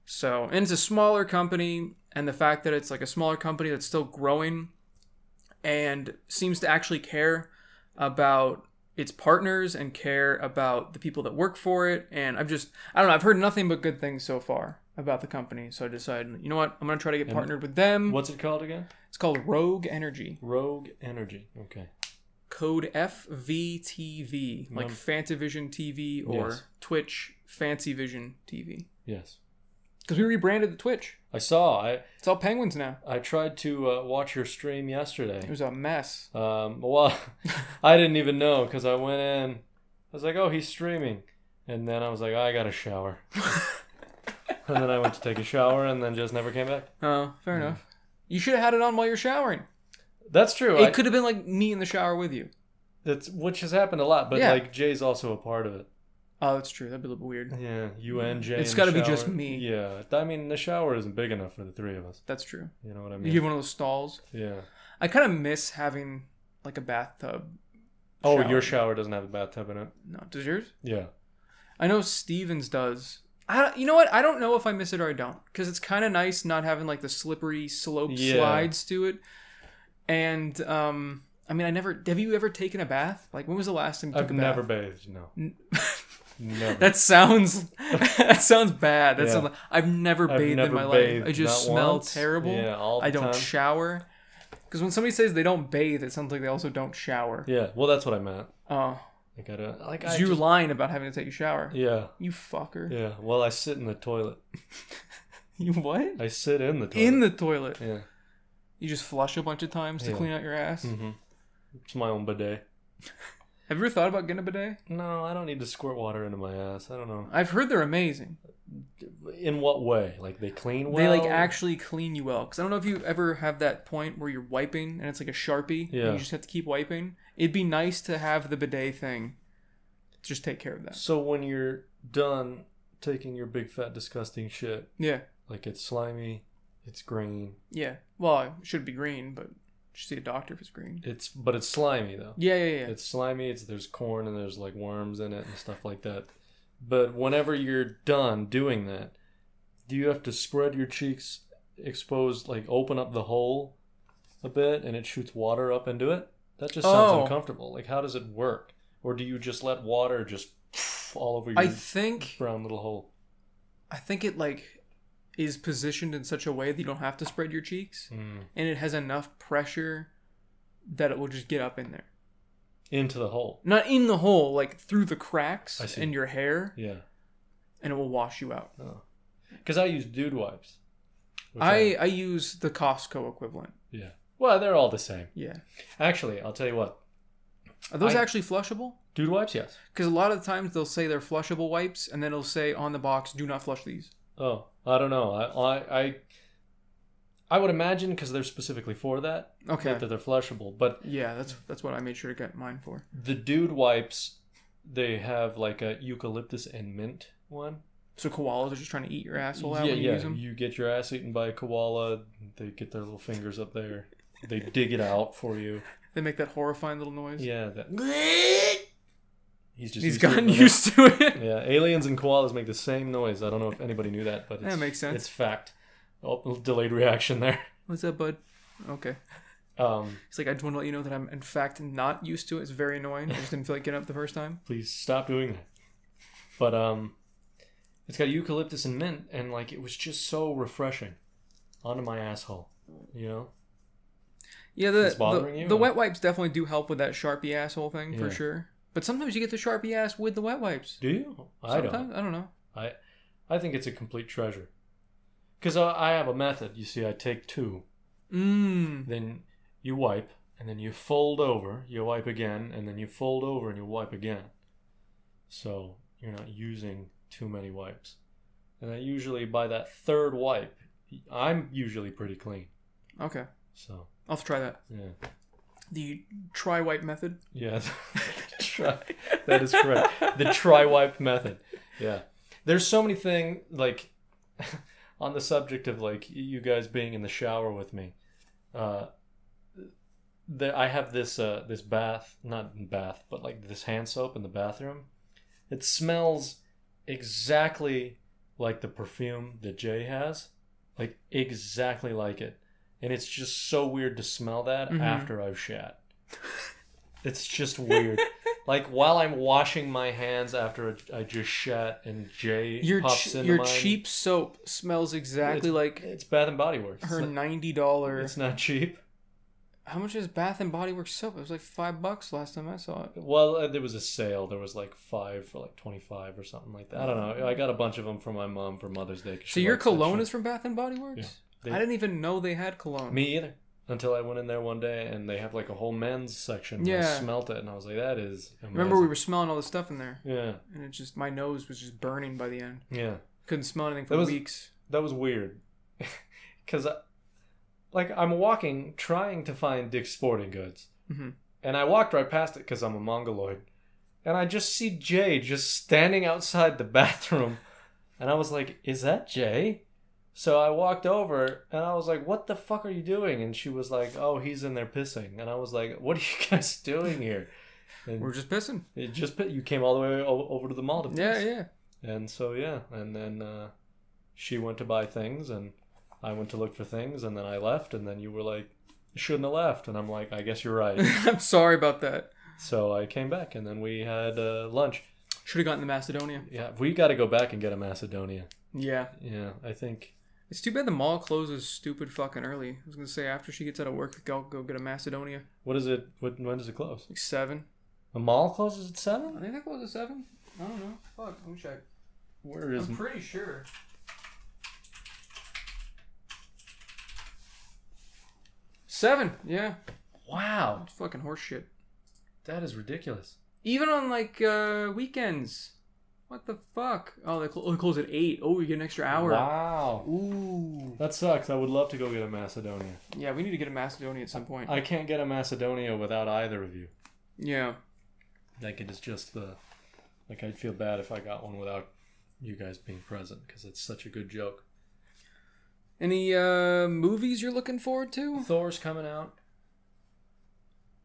So, and it's a smaller company, and the fact that it's like a smaller company that's still growing and seems to actually care about its partners and care about the people that work for it. And I've just, I don't know, I've heard nothing but good things so far about the company. So I decided, you know what, I'm going to try to get And- partnered with them. What's it called again? It's called Rogue Energy. Rogue Energy. Okay. Code FVTV, like Num- Fantavision TV or Yes. Twitch Fancy Vision TV. Yes. Because we rebranded the Twitch. I saw. I It's all penguins now. I tried to uh, watch your stream It yesterday. was a mess. Um, well, I didn't even know because I went in. I was like, "Oh, he's streaming," and then I was like, "I got a shower," and then I went to take a shower, and then just never came back. Oh, fair enough. You should have had it on while you're showering. That's true. I, It could have been like me in the shower with you. that's which has happened a lot, but Yeah. like Jay's also a part of it. Oh, that's true. That'd be a little weird. Yeah, you and Jay. It's in gotta the be just shower. me. Yeah, I mean the shower isn't big enough for the three of us. That's true. You know what I You mean? get one of those stalls. yeah. I kind of miss having like a bathtub. Oh, Shower. your shower doesn't have a bathtub in it. No, does yours? Yeah. I know Stevens does. I don't- you know what? I don't know if I miss it or I don't because it's kind of nice not having like the slippery slope Yeah. slides to it. And um, I mean, I never. Have you ever taken a bath? Like, when was the last time you took I've a never bath? bathed. No. N- Never. that sounds that sounds bad. That Yeah. sounds. I've never I've bathed never in my bathed, life. I just not smell once. terrible. Yeah, all the I don't time. shower. Because when somebody says they don't bathe, it sounds like they also don't shower. yeah. Well, that's what I meant. Oh, I gotta. Like I 'Cause you were just- lying about having to take a shower. Yeah. You fucker. Yeah. Well, I sit in the toilet. You what? I sit in the toilet. In the toilet. yeah. You just flush a bunch of times to Yeah. clean out your ass. Mm-hmm. It's my own bidet. Have you ever thought about getting a bidet? No, I don't need to squirt water into my ass. I don't know. I've heard they're amazing. In what way? Like they clean well. they like actually clean you well. Cause I don't know if you ever have that point where you're wiping and it's like a sharpie. And Yeah. you just have to keep wiping. It'd be nice to have the bidet thing. Just take care of that. So when you're done taking your big fat disgusting shit, Yeah, like it's slimy, it's green, yeah. Well, it should be green, but just see a doctor if it's green. it's but it's slimy though. Yeah, yeah, yeah. It's slimy. It's there's corn and there's like worms in it and stuff like that. But whenever you're done doing that, do you have to spread your cheeks exposed, like open up the hole a bit, and it shoots water up into it? That just sounds Oh. uncomfortable. Like how does it work? Or do you just let water just all over your I think brown little hole? I think it like is positioned in such a way that you don't have to spread your cheeks, and it has enough pressure that it will just get up in there. Into the hole. not in the hole, like through the cracks I see. in your hair, Yeah. and it will wash you out. Because I use dude wipes. which I, I use the Costco equivalent. yeah. Well, they're all the same. Yeah, Actually, I'll tell you what. are those I- actually flushable? Dude wipes, yes. Because a lot of times they'll say they're flushable wipes, and then it'll say on the box, "Do not flush these." Oh, I don't know. I I I, I would imagine because they're specifically for that Okay. that they're flushable. But Yeah, that's that's what I made sure to get mine for. the dude wipes, they have like a eucalyptus and mint one. So koalas are just trying to eat your asshole out yeah, when you yeah. use them. You get your ass eaten by a koala. They get their little fingers up there. They dig it out for you. They make that horrifying little noise. Yeah. That. He's just He's used to it gotten by now. used to it. Yeah, aliens and koalas make the same noise. I don't know if anybody knew that, but it's, makes sense. It's fact. Oh, delayed reaction there. What's up, bud? Okay. Um, He's like, I just want to let you know that I'm in fact not used to it. It's very annoying. I just didn't feel like getting up the first time. please stop doing that. But um, it's got eucalyptus and mint, and like it was just so refreshing onto my asshole. You know, Yeah, the It's bothering the, you, the or- wet wipes definitely do help with that sharpie asshole thing Yeah. for sure. But sometimes you get the sharpie ass with the wet wipes. do you? I Sometimes don't. I don't know. I I think it's a complete treasure. Cause I, I have a method. You see, I take two, Mmm. then you wipe, and then you fold over. You wipe again, and then you fold over, and you wipe again. So you're not using too many wipes. And I usually by that third wipe, I'm usually pretty clean. Okay, So I'll have to try that. yeah. The tri wipe method. Yeah, try, that is correct. The try wipe method. Yeah, there's so many things like on the subject of like you guys being in the shower with me. Uh, that I have this uh, this bath, not bath, but like this hand soap in the bathroom. It smells exactly like the perfume that Jay has, like exactly like it, and it's just so weird to smell that Mhm. after I've shat. It's just weird. like while I'm washing my hands after I just shat, and Jay Your pops ch- into your mine. cheap soap smells exactly like It's Bath and Body Works. her it's, not, ninety dollar. it's not cheap. How much is Bath and Body Works soap? It was like five bucks last time I saw it. Well, uh, there was a sale. There was like five for like twenty five or something like that. I don't know. I got a bunch of them from my mom for Mother's Day. 'cause So she your likes that cologne shit. is from Bath and Body Works? They- I didn't even know they had cologne. me either. Until I went in there one day and they have like a whole men's section. and I Yeah. smelt it and I was like, that is. Amazing. Remember we were smelling all this stuff in there, Yeah, and it just my nose was just burning by the end. yeah. Couldn't smell anything That for was- weeks. That was weird, because, like, I'm walking trying to find Dick's Sporting Goods, Mhm. and I walked right past it because I'm a mongoloid, and I just see Jay just standing outside the bathroom, and I was like, "Is that Jay?" So I walked over and I was like, "What the fuck are you doing?" And she was like, "Oh, he's in there pissing," and I was like, "What are you guys doing here?" And We're just pissing. it just you came all the way o- over to the mall to piss. Yeah, yeah. And so yeah, and then uh, she went to buy things, and I went to look for things, and then I left, and then you were like, "You "Shouldn't have left," and I'm like, "I guess you're right." I'm sorry about that. so I came back, and then we had uh, lunch. Should have gotten the Macedonia. Yeah, we got to go back and get a Macedonia. Yeah. Yeah, I think. It's too bad the mall closes stupid fucking early. I was gonna say after she gets out of work, go go get a Macedonia. What is it? What, when does it close? Like seven. The mall closes at I seven. think that closes at seven. I don't know. Fuck, let me check. Where is? I'm pretty sure. Seven. Yeah. Wow, It's fucking horseshit. that is ridiculous. Even on like uh weekends. What the fuck? Oh, they, cl- oh, they close at eight. Oh, we get an extra hour. Wow, Ooh. that sucks. I would love to go get a Macedonia. Yeah, we need to get a Macedonia at some point. I can't get a Macedonia without either of you. yeah. Like it is just the like I'd feel bad if I got one without you guys being present because it's such a good joke. Any uh movies you're looking forward to? Thor's coming out.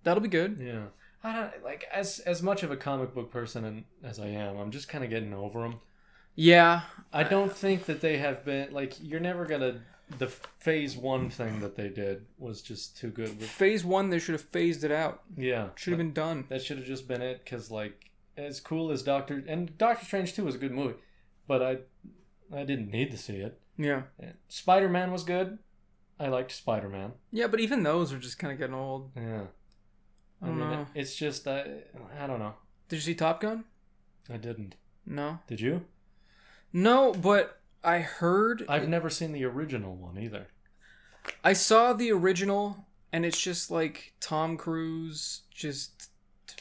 That'll be good. Yeah. I don't like as as much of a comic book person and as I am, I'm just kind of getting over them. Yeah. I don't think that they have been like you're never gonna the phase one thing that they did was just too good. With, Phase one, they should have phased it out. yeah, Should have been done. That should have just been it, because like as cool as Doctor and Doctor Strange Two was a good movie, but I I didn't need to see it. Yeah. Spider Man was good. I liked Spider Man. Yeah, but even those are just kind of getting old. Yeah. I I don't mean, know. it's just I I don't know. Did you see Top Gun? I didn't. No. Did you? No, but I heard. I've never seen the original one either. I saw the original, and it's just like Tom Cruise. Just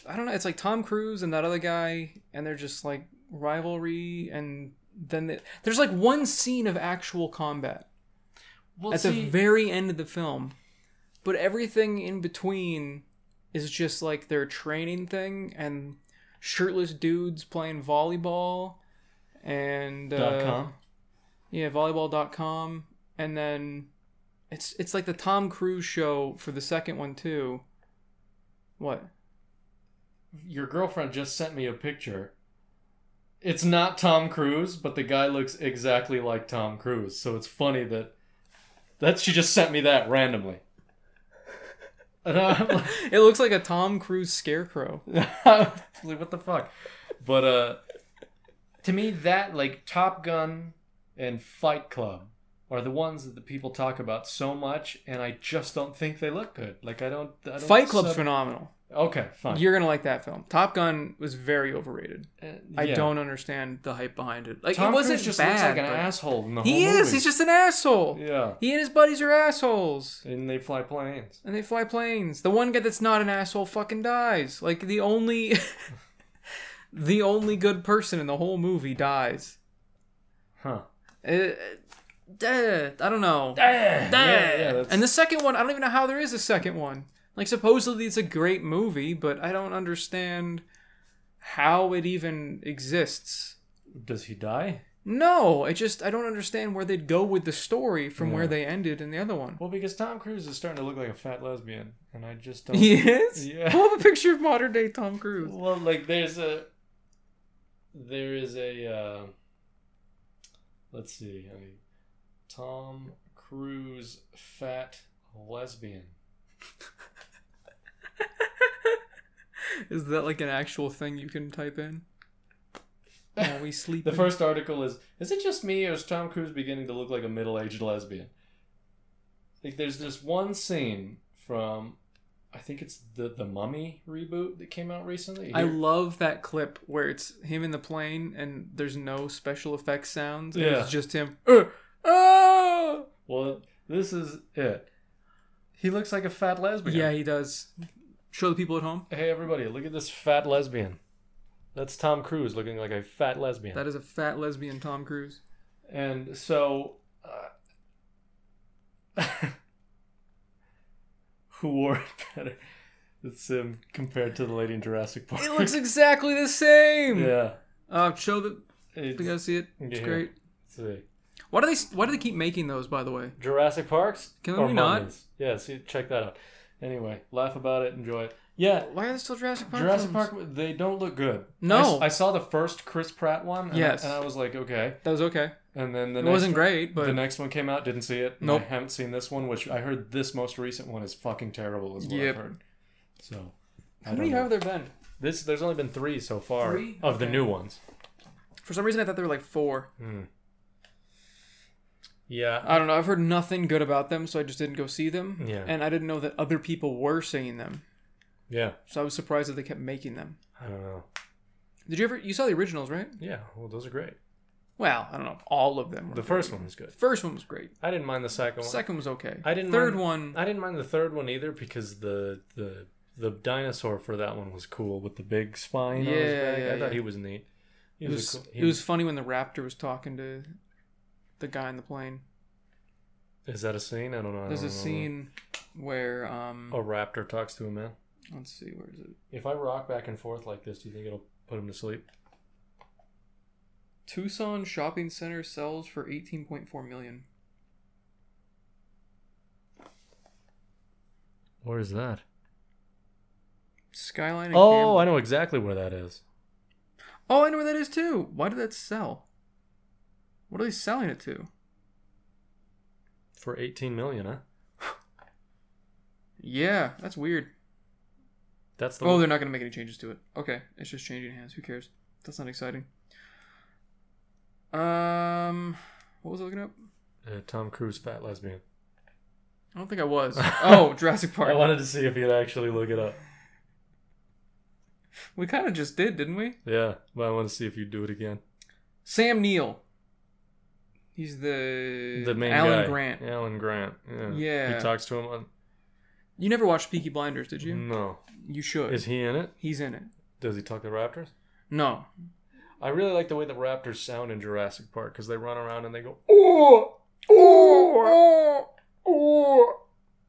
I don't know. It's like Tom Cruise and that other guy, and they're just like rivalry. And then they, there's like one scene of actual combat. Well, at the very end of the film. But everything in between is just like their training thing and shirtless dudes playing volleyball and dot uh, com. yeah, volleyball.com and then it's it's like the Tom Cruise show for the second one too. What? Your girlfriend just sent me a picture. It's not Tom Cruise, but the guy looks exactly like Tom Cruise. So it's funny that that she just sent me that randomly. And I'm like, it looks like a Tom Cruise scarecrow. like, what the fuck? But uh, to me, that like Top Gun and Fight Club are the ones that the people talk about so much, and I just don't think they look good. Like I don't. I don't Fight Club's sub- phenomenal. okay, fine. You're gonna like that film. Top Gun was very overrated. Uh, I yeah. don't understand the hype behind it. Like Tom it wasn't Cruise just bad. looks like an but- asshole in the He whole is. movie. He's just an asshole. yeah. He and his buddies are assholes. And they fly planes. And they fly planes. The one guy that's not an asshole fucking dies. Like the only the only good person in the whole movie dies. Huh. Uh, duh, eh, I don't know. Yeah, Duh. yeah, that's- and the second one, I don't even know how there is a second one. Like supposedly it's a great movie, but I don't understand how it even exists. does he die? No, I just I don't understand where they'd go with the story from where Yeah. they ended in the other one. Well, because Tom Cruise is starting to look like a fat lesbian, and I just don't. He is. Yeah. Pull up a picture of modern day Tom Cruise. Well, like there's a, there is a, uh, let's see, I mean, Tom Cruise fat lesbian. Is that like an actual thing you can type in? While we sleep. The first article is: Is it just me, or is Tom Cruise beginning to look like a middle-aged lesbian? Like, there's this one scene from, I think it's the the Mummy reboot that came out recently. I Here- love that clip where it's him in the plane and there's no special effects sounds. and Yeah. It's just him. "Uh, ah!" Well, this is it. He looks like a fat lesbian. Yeah, he does. Show the people at home. Hey, everybody, look at this fat lesbian. That's Tom Cruise looking like a fat lesbian. That is a fat lesbian Tom Cruise. and so. Uh, who wore it better? It's him compared to the lady in Jurassic Park. It looks exactly the same. yeah. Uh, show the. It's, You gotta see it. It's Yeah. great. let's see. Why do they? Why do they keep making those? By the way, Jurassic Parks? Can or we not? Mummies? Yeah, see, check that out. Anyway, laugh about it, enjoy it. Yeah, why are there still Jurassic Park? Jurassic films? Park, they don't look good. I, No. s- I saw the first Chris Pratt one. And Yes. I, and I was like, okay. That was okay. And then the It next wasn't one, great, but the next one came out. Didn't see it. and Nope. I haven't seen this one, which I heard this most recent one is fucking terrible. Is what Yep. I've heard. So I how don't many know. have there been? This there's only been three so far Three? of the Okay. new ones. For some reason, I thought there were like four. Yeah. I don't know. I've heard nothing good about them, so I just didn't go see them. Yeah. And I didn't know that other people were singing them, Yeah. so I was surprised that they kept making them. I don't know. Did you ever? You saw the originals, right? Yeah. Well, those are great. Well, I don't know. if All of them. Were The great. first one was good. First one was great. I didn't mind the second one. Second was okay. I didn't Third mind- one. I didn't mind the third one either because the the the dinosaur for that one was cool with the big spine on his Yeah, back. yeah, I thought yeah. he was neat. He it was. a cool, he it was funny when the raptor was talking to the guy in the plane. Is that a scene? I don't know. I There's don't a remember. scene where um. A raptor talks to a man. Let's see. Where is it? If I rock back and forth like this, do you think it'll put him to sleep? Tucson shopping center sells for 18.4 million. Where is that? Skyline. And Oh, Campbell- I know exactly where that is. Oh, I know where that is too. Why did that sell? What are they selling it to? For 18 million, huh? Yeah, that's weird. That's the Oh, they're not going to make any changes to it. Okay, it's just changing hands. Who cares? That's not exciting. Um, what was I looking up? uh, Tom Cruise fat lesbian. I don't think I was. Oh, Jurassic I Park. wanted to see if he'd actually look it up. We kind of just did, didn't we? Yeah, but I want to see if you'd do it again. Sam Neill. He's the The main Alan guy. Grant. Alan Grant. Yeah. Yeah. He talks to him on. You never watched Peaky Blinders, did you? No. You should. Mm-hmm. Is he in it? He's in it. Does he talk to raptors? No, I really like the way the raptors sound in Jurassic Park because they run around and they go, oh, oh, oh,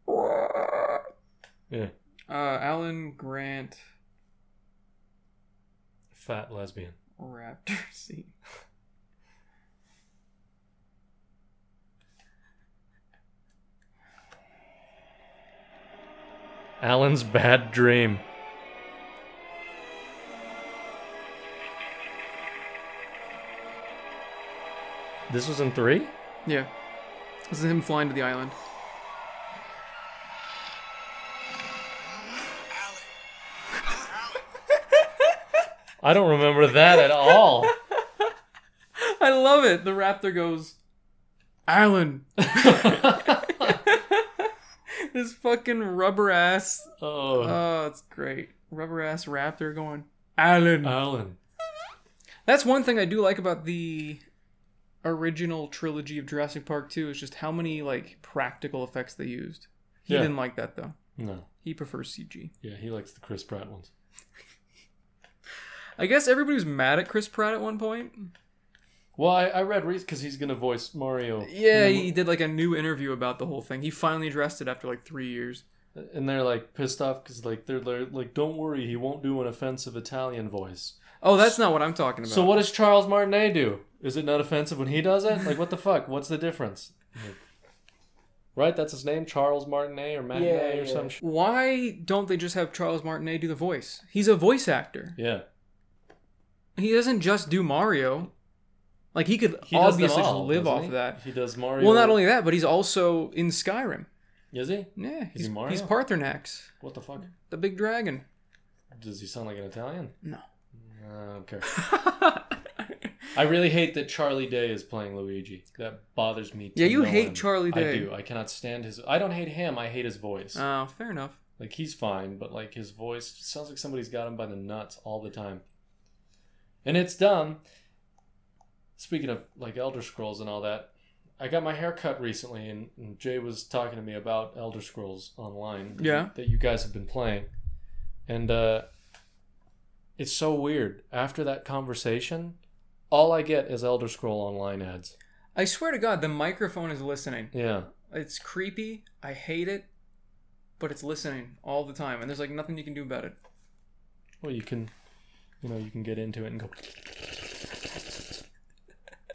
oh. Yeah. uh, Alan Grant Fat lesbian. Raptor scene. Alan's bad dream. This was in three? Yeah. This is him flying to the island. I don't remember that at all. I love it. The raptor goes, Alan. this fucking rubber ass. oh, Oh, it's great. Rubber ass raptor going, Uh, Alan. Alan. That's one thing I do like about the original trilogy of Jurassic Park 2 is just how many like practical effects they used. He Yeah. didn't like that though. No. He prefers CG. Yeah, he likes the Chris Pratt ones. I guess everybody was mad at Chris Pratt at one point. Well, I, I read Reese because he's gonna voice Mario. Yeah, in the he did like a new interview about the whole thing. He finally addressed it after like three years. mo- and they're like pissed off because like they're, they're like, don't worry, he won't do an offensive Italian voice. Oh, that's not what I'm talking about. So what does Charles Martinet do? Is it not offensive when he does it? Like what the fuck? What's the difference? Like, right, that's his name, Charles Martinet or Martinet or some shit. Why don't they just have Charles Martinet do the voice? He's a voice actor. Yeah, He doesn't just do Mario. Like he could he does them obviously all, just live doesn't off he? of that. He does Mario. Well, not only that, but he's also in Skyrim. is he? Yeah, he's he Mario? he's Parthenax, What the fuck? the big dragon. Does he sound like an Italian? No. Uh, I don't care. I really hate that Charlie Day is playing Luigi. That bothers me. to Yeah, you no hate end. Charlie Day. I do. I cannot stand his. I don't hate him. I hate his voice. Oh, fair enough. Like he's fine, but like his voice just sounds like somebody's got him by the nuts all the time. And it's dumb. Speaking of like Elder Scrolls and all that, I got my hair cut recently, and, and Jay was talking to me about Elder Scrolls Online. Yeah. That you guys have been playing, and uh, it's so weird. After that conversation, all I get is Elder Scroll Online ads. I swear to God, the microphone is listening. Yeah. It's creepy. I hate it, but it's listening all the time, and there's like nothing you can do about it. Well, you can, you know, you can get into it and go.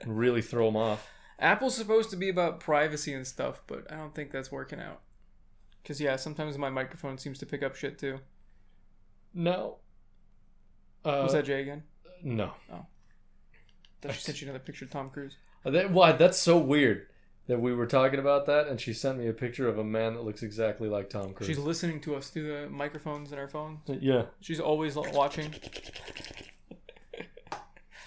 and really throw them off. Apple's supposed to be about privacy and stuff, but I don't think that's working out. Cause yeah, sometimes my microphone seems to pick up shit too. No. Uh, Was that Jay again? No. That she sent you another picture of Tom Cruise. Uh, That, why? That's so weird that we were talking about that, and she sent me a picture of a man that looks exactly like Tom Cruise. She's listening to us through the microphones in our phone. yeah. She's always l- watching.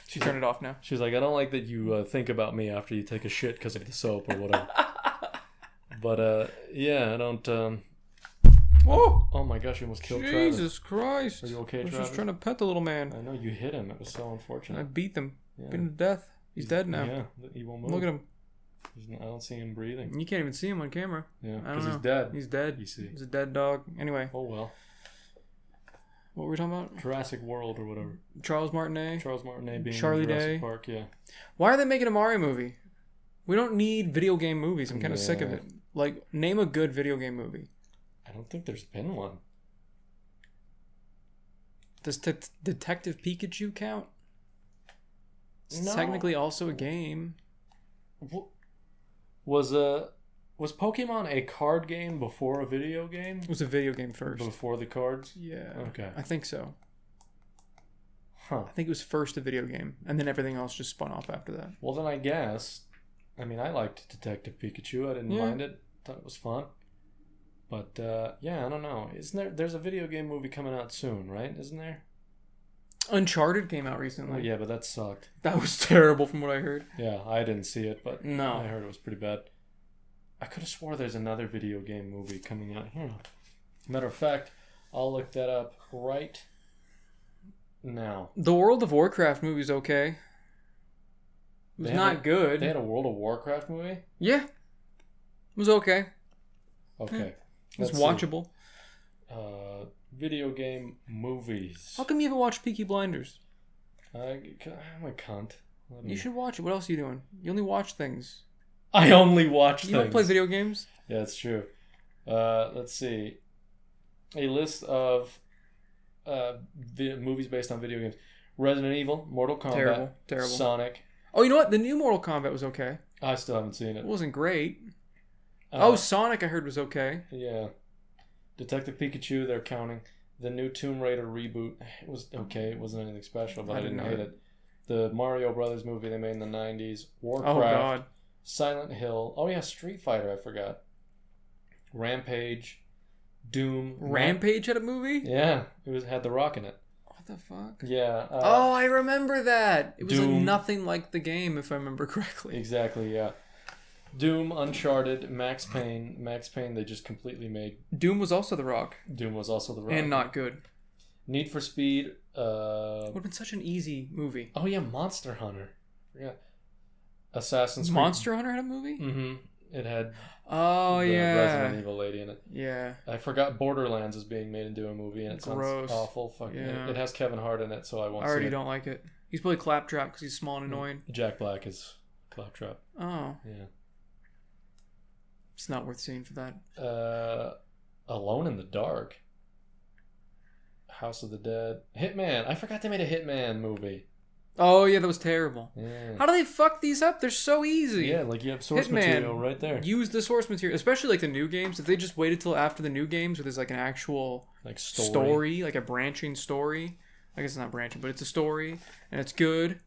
she turned it off now. She's like, I don't like that you uh, think about me after you take a shit because of the soap or whatever. but uh, yeah, I don't. Um, Whoa! oh my gosh, you almost killed Travis. Jesus Christ! Are you okay, I was Travis? just trying to pet the little man. I know you hit him. It was so I unfortunate. beat them. Yeah. Beat him to death. He's dead now. Yeah, he won't move. Look at him. There's no- I don't see him breathing. You can't even see him on camera. Yeah, I because don't he's know. dead. He's dead. You see. He's a dead dog. Anyway, Oh well, what were we talking about? Jurassic World or whatever. Charles Martinet. Charles Martinet being in Mm-hmm. Charlie Jurassic Day. Park. Yeah. Why are they making a Mario movie? We don't need video game movies. I'm kind of sick of Yeah. it. Like, name a good video game movie. I don't think there's been one. Does Det- Detective Pikachu count? It's No. technically also a game. W- Was uh, was Pokemon a card game before a video game? It was a video game first. Before the cards? Yeah. Okay. I think so. Huh. I think it was first a video game, and then everything else just spun off after that. Well, then I guess. I mean, I liked Detective Pikachu. I didn't Yeah. mind it. Thought it was fun. But uh, yeah, I don't know. Isn't there? There's a video game movie coming out soon, right? Isn't there? Uncharted came out Oh, recently. yeah, but that sucked. That was terrible from what I heard. Yeah, I didn't see it, but I No. heard it was pretty bad. I could have swore there's another video game movie coming out. Hmm. Matter of fact, I'll look that up right now. The World of Warcraft movie's okay. It was They not haven't- good. They had a World of Warcraft movie. Yeah. It was okay. Hmm. Okay, It was let's see. watchable. Uh, video game movies. How come you haven't watched Peaky Blinders? I, am a cunt. Let me- You should watch it. What else are you doing? You only watch things. I only watch You don't things. play video games? Yeah, that's true. Uh, let's see. A list of uh, vi- movies based on video games Resident Evil, Mortal Kombat, Terrible. Terrible. Sonic. Oh, you know what? The new Mortal Kombat was okay. I still haven't seen It it. wasn't great. Uh, oh, Sonic I heard was okay. yeah. Detective Pikachu, they're counting. The new Tomb Raider reboot it was okay. It wasn't anything special, but I I, didn't didn't know hate it. The Mario Brothers movie they made in the 90s, Warcraft, Oh god. Silent Hill. Oh, yeah, Street Fighter, I forgot. Rampage, Doom. Rampage had a movie? Yeah, it was had The Rock in it. Oh What the fuck? Yeah. Uh, oh, I remember that. It was a Doom. nothing like the game, if I remember correctly. Exactly. Yeah. Doom, Uncharted, Max Payne. Max Payne. They just completely made Doom was also The Rock, Doom was also the rock. and not good. Need for Speed. Uh, It would have been such an easy movie. oh yeah, Monster Hunter. Yeah. Assassin's Monster Hunter had a movie. Creed. Mm-hmm. It had Oh the yeah, Resident Evil lady in it. yeah. I forgot Borderlands is being made into a movie, and it sounds Gross. awful. Fucking, Yeah. it, has Kevin Hart in it, so I I won't. see already it. Mm. don't like it. He's probably claptrap because he's small and annoying. Jack Black is Claptrap. Oh, Yeah. it's not worth seeing for that. Uh, Alone in the Dark. House of the Dead. Hitman. I forgot they made a Hitman movie. Oh yeah, that was terrible. Yeah. How do they fuck these up? They're so easy. Yeah, like you have source Hitman. material right there. Use the source material, especially like the new games. If they just waited till after the new games, where there's like an actual Like story. story, like a branching story. I guess it's not branching, but it's a story and it's good.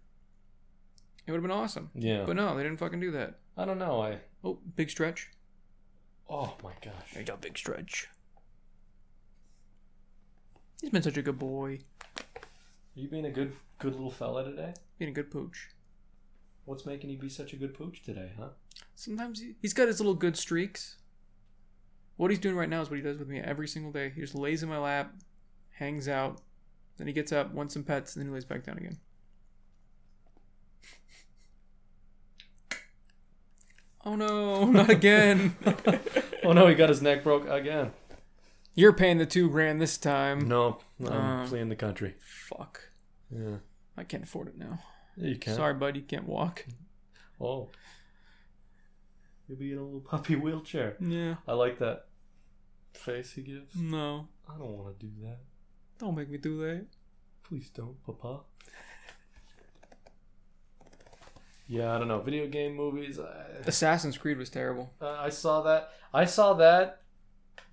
It would have been awesome. Yeah. But no, they didn't fucking do that. I don't know. I. Oh, big stretch. Oh my gosh. got big stretch. He's been such a good boy. You being a good, good little fella today. Being a good pooch. What's making you be such a good pooch today, huh? Sometimes he, he's got his little good streaks. What he's doing right now is what he does with me every single day. He just lays in my lap, hangs out, then he gets up, wants some pets, and then he lays back down again. Oh no, not again. Oh no, he got his neck broke again. You're paying the two grand this time. No, I'm Uh. fleeing the country. Fuck. Yeah. I can't afford it now. Yeah, you can. Sorry, buddy, you can't walk. Oh. You'll be in a little puppy wheelchair. Yeah. I like that face he gives. No. I don't want to do that. Don't make me do that. Please don't, Papa. Yeah, I don't know. Video game movies. I, Assassin's Creed was terrible. uh, I saw that. I saw that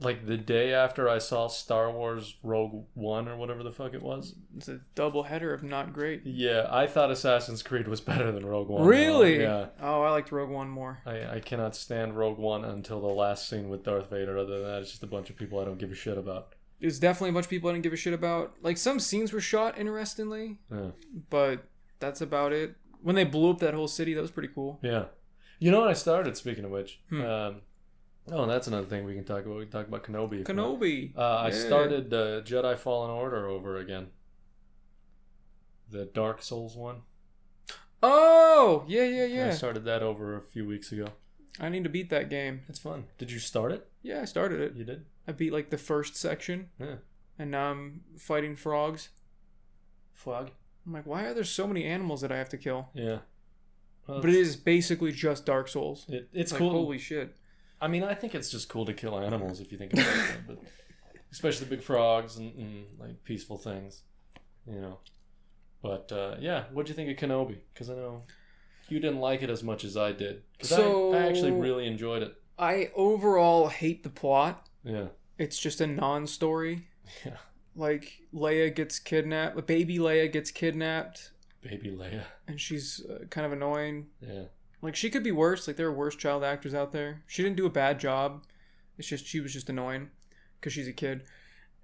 like the day after I saw Star Wars Rogue One or whatever the fuck it was. It's a double header of not great. Yeah, I thought Assassin's Creed was better than Rogue One. Really? Yeah. Oh, I liked Rogue One more. I, I cannot stand Rogue One until the last scene with Darth Vader. Other than that, it's just a bunch of people I don't give a shit about. It was definitely a bunch of people I didn't give a shit about. Like some scenes were shot interestingly, Yeah. but that's about it. When they blew up that whole city, that was pretty cool. Yeah. You know what I started, speaking of which? Hmm. Um, oh, and that's another thing we can talk about. We can talk about Kenobi. if you want. Kenobi. Uh, I Yeah. started uh, Jedi Fallen Order over again. The Dark Souls one. Oh, yeah, yeah, I yeah. started that over a few weeks ago. I need to beat that game. It's fun. Did you start it? Yeah, I started it. You did? I beat like the first section, Yeah. and now I'm fighting frogs. Flag? I'm like, why are there so many animals that I have to kill? Yeah. Well, But it is basically just Dark Souls. it- it's Like, cool. Holy shit. I mean, I think it's just cool to kill animals if you think about it, but especially big frogs and, and like peaceful things, you know. But uh, yeah, what'd you think of Kenobi? Because I know you didn't like it as much as I did. 'Cause So- I, I actually really enjoyed it. I overall hate the plot. Yeah, It's just a non-story. Yeah. Like Leia gets kidnapped, baby Leia gets kidnapped, baby Leia. and she's uh, kind of annoying. Yeah, Like she could be worse. Like there are worse child actors out there. She didn't do a bad job. It's just she was just annoying because she's a kid.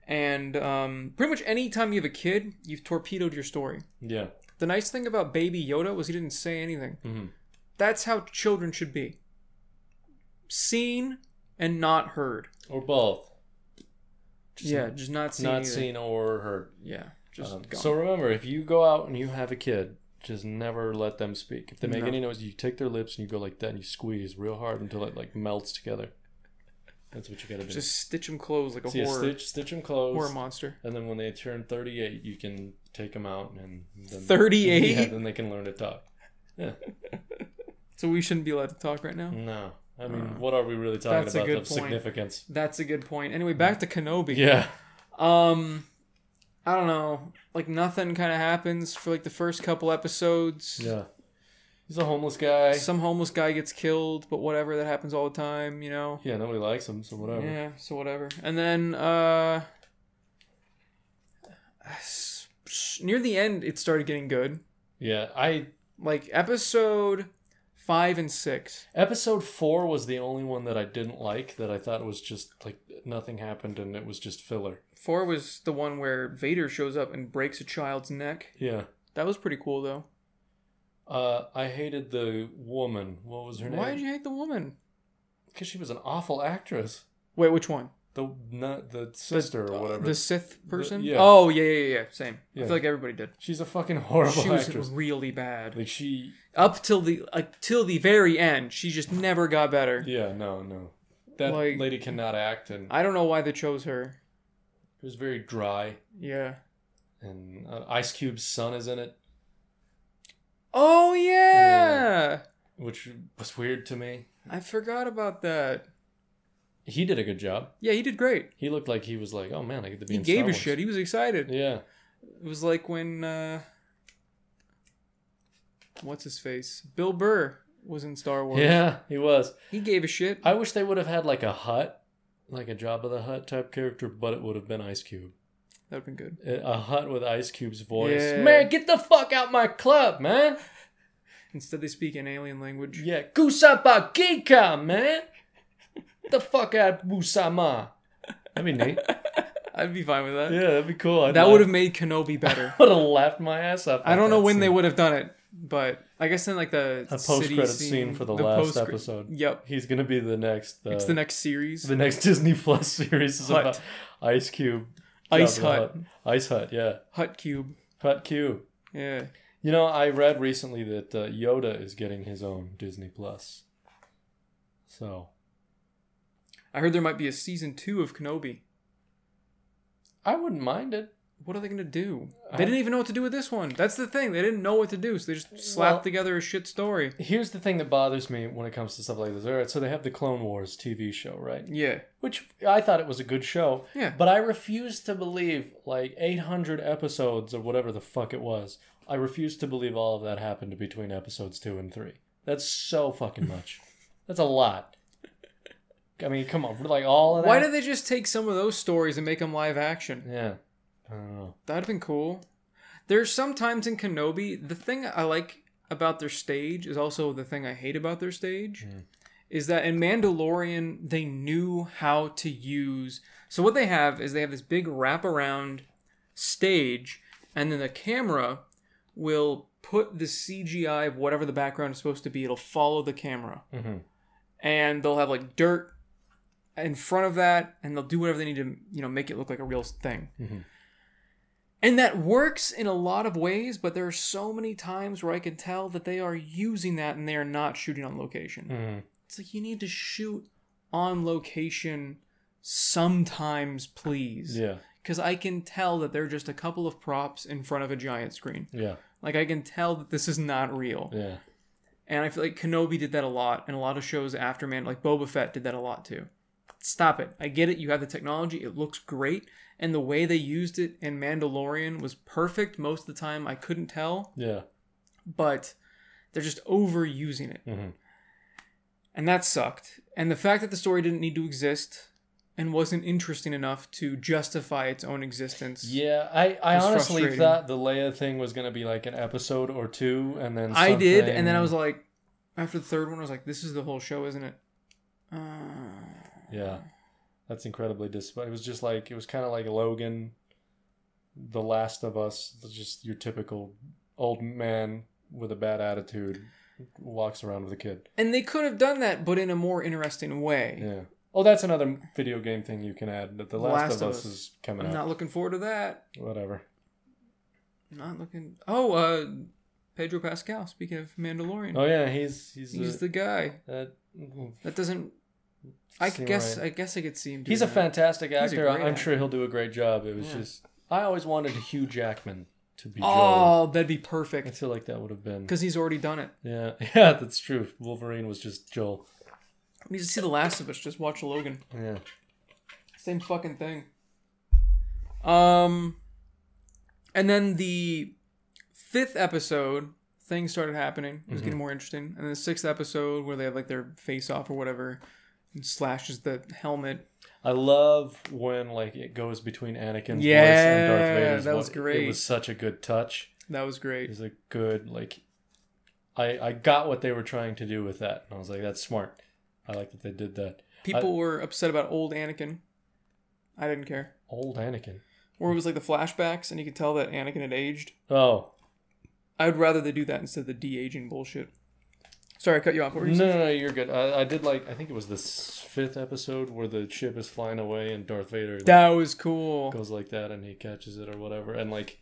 And um, pretty much any time you have a kid, you've torpedoed your story. yeah, The nice thing about Baby Yoda was he didn't say anything. hmm That's how children should be. Seen and not heard. or both. Just yeah, just not seen. not either. seen or heard. Yeah, just Um, gone. so remember, if you go out and you have a kid, just never let them speak. If they make No. any noise, you take their lips and you go like that and you squeeze real hard until it like melts together. That's what you gotta do. just stitch them closed like a See a horror stitch, stitch them closed, horror monster. and then when they turn thirty-eight, you can take them out and then, 38? Yeah, then they can learn to talk. So we shouldn't be allowed to talk right now. No, I mean, Uh, what are we really talking that's a about? good of point. significance. That's a good point. Anyway, back to Kenobi. Mm. Yeah, Um, I don't know. Like nothing kind of happens for like the first couple episodes. yeah. He's a homeless guy. Some homeless guy gets killed, but whatever. That happens all the time. You know. yeah, nobody likes him, so whatever. Yeah. So whatever. And then uh, s- near the end, it started getting good. yeah I Like episode five and six. Episode four was the only one that I didn't like. That I thought was just like nothing happened and it was just filler. Four was the one where Vader shows up and breaks a child's neck. Yeah. That was pretty cool though. Uh, I hated the woman. What was her Why did name? you hate the woman? Because she was an awful actress. Wait, which one? The not the sister or whatever. The Sith person? yeah. Oh yeah, yeah, yeah. Same. Yeah. I feel like everybody did. She's a fucking horrible she was actress. really bad. Like she. Up till the like till the very end, she just never got better. Yeah. No. No. That Like- lady cannot act, and I don't know why they chose her. it was very dry. Yeah. And uh, Ice Cube's son is in it, Oh yeah. which was weird to me. I forgot about that. He did a good job. Yeah, he did great. He looked like he was like, oh man, I get to be. He in gave Star a Wars." shit. He was excited. Yeah. It was like when uh what's his face? Bill Burr was in Star Wars. Yeah. He was. He gave a shit. I wish they would have had like a hut, like a Jabba the Hut type character, but it would have been Ice Cube. That'd been good. A a hut with Ice Cube's voice. Yeah. Man, get the fuck out my club, man. Instead they speak in alien language. Yeah, Kusapa Kika, man. the fuck out Busama. That'd be neat. I'd be fine with that. Yeah, that'd be cool. That would have made Kenobi better. would have laughed my ass off. I don't know when they would have done it, but I guess in like the A city post-credit scene, for the, the last post-cre- episode. Yep. He's gonna be the next. Uh, it's the next series. the next Disney Plus series is Hut. about Ice Cube. Ice Jabba the Hut. Ice Hut. Yeah. Hut Cube. Hut Cube. Yeah. You know, I read recently that uh, Yoda is getting his own Disney Plus. So I heard there might be a season two of Kenobi. I wouldn't mind it. What are they gonna do? I- They didn't even know what to do with this one. That's the thing. They didn't know what to do, so they just slapped Well- together a shit story. Here's the thing that bothers me when it comes to stuff like this. All right, so they have the Clone Wars TV show, right? Yeah. Which I thought it was a good show, Yeah. but I refuse to believe like 800 episodes or whatever the fuck it was. I refuse to believe all of that happened between episodes 2 and 3. That's so fucking much. That's a lot. I mean, come on, like all of that. Why did they just take some of those stories and make them live action? Yeah. I don't know. That'd have been cool. There's sometimes in Kenobi, the thing I like about their stage is also the thing I hate about their stage. Mm. Is that in Mandalorian, they knew how to use. So, what they have is they have this big wraparound stage, and then the camera will put the CGI of whatever the background is supposed to be, it'll follow the camera Mm-hmm. and they'll have like dirt in front of that and they'll do whatever they need to you know make it look like a real thing Mhm. and that works in a lot of ways but there are so many times where i can tell that they are using that and they are not shooting on location Mm. it's like you need to shoot on location sometimes please Yeah, because i can tell that they're just a couple of props in front of a giant screen yeah, like i can tell that this is not real yeah. and I feel like Kenobi did that a lot, and a lot of shows after Man, like Boba Fett, did that a lot too. Stop it. I get it. You have the technology. It looks great. And the way they used it in Mandalorian was perfect most of the time. I couldn't tell, Yeah. but they're just overusing it. Mm-hmm. And that sucked. And the fact that the story didn't need to exist and wasn't interesting enough to justify its own existence. Yeah, I, I It's honestly frustrating. thought the Leia thing was going to be like an episode or two, and then I did. something- And then I was like, after the third one, I was like, this is the whole show, isn't it? Uh, yeah, that's incredibly disappointing. It was just like, it was kind of like Logan, The Last of Us, just your typical old man with a bad attitude walks around with a kid. And they could have done that, but in a more interesting way. Yeah. Oh, that's another video game thing you can add. That The Last, of, Us is coming I'm out. not looking forward to that. Whatever. Not looking. Oh, uh, Pedro Pascal. Speaking of Mandalorian, Oh yeah, he's he's, he's a, the guy. that- That doesn't. I Seem guess. right. I guess I could see him. Doing He's a that. fantastic a actor. great I'm actor. sure he'll do a great job. It was Yeah. just I always wanted Hugh Jackman to be Joel. Oh, that'd be I perfect feel like that would have been because he's already done it. yeah yeah that's true. Wolverine was just Joel. I need to see The Last of Us. Just watch Logan. Yeah. Same fucking thing. Um, and then the fifth episode, things started happening. It was Mm-hmm. getting more interesting. And then the sixth episode, where they have like their face off or whatever, and slashes the helmet. I love when like it goes between Anakin's voice and Darth Yeah, Vader's that was voice. It great. was such a good touch. That was It great. was a good like I, I got what they were trying to do with that. And I was like, that's smart. I like that they did that. People were upset about old Anakin. I didn't care. Old Anakin. Or it was like the flashbacks, and you could tell that Anakin had aged. Oh, I would rather they do that instead of the de aging bullshit. Sorry, I cut you off. What were you No, saying? no, no, you're good. I, I did like I think it was the s- fifth episode where the ship is flying away and Darth Vader like, That was cool. goes like that and he catches it or whatever, and like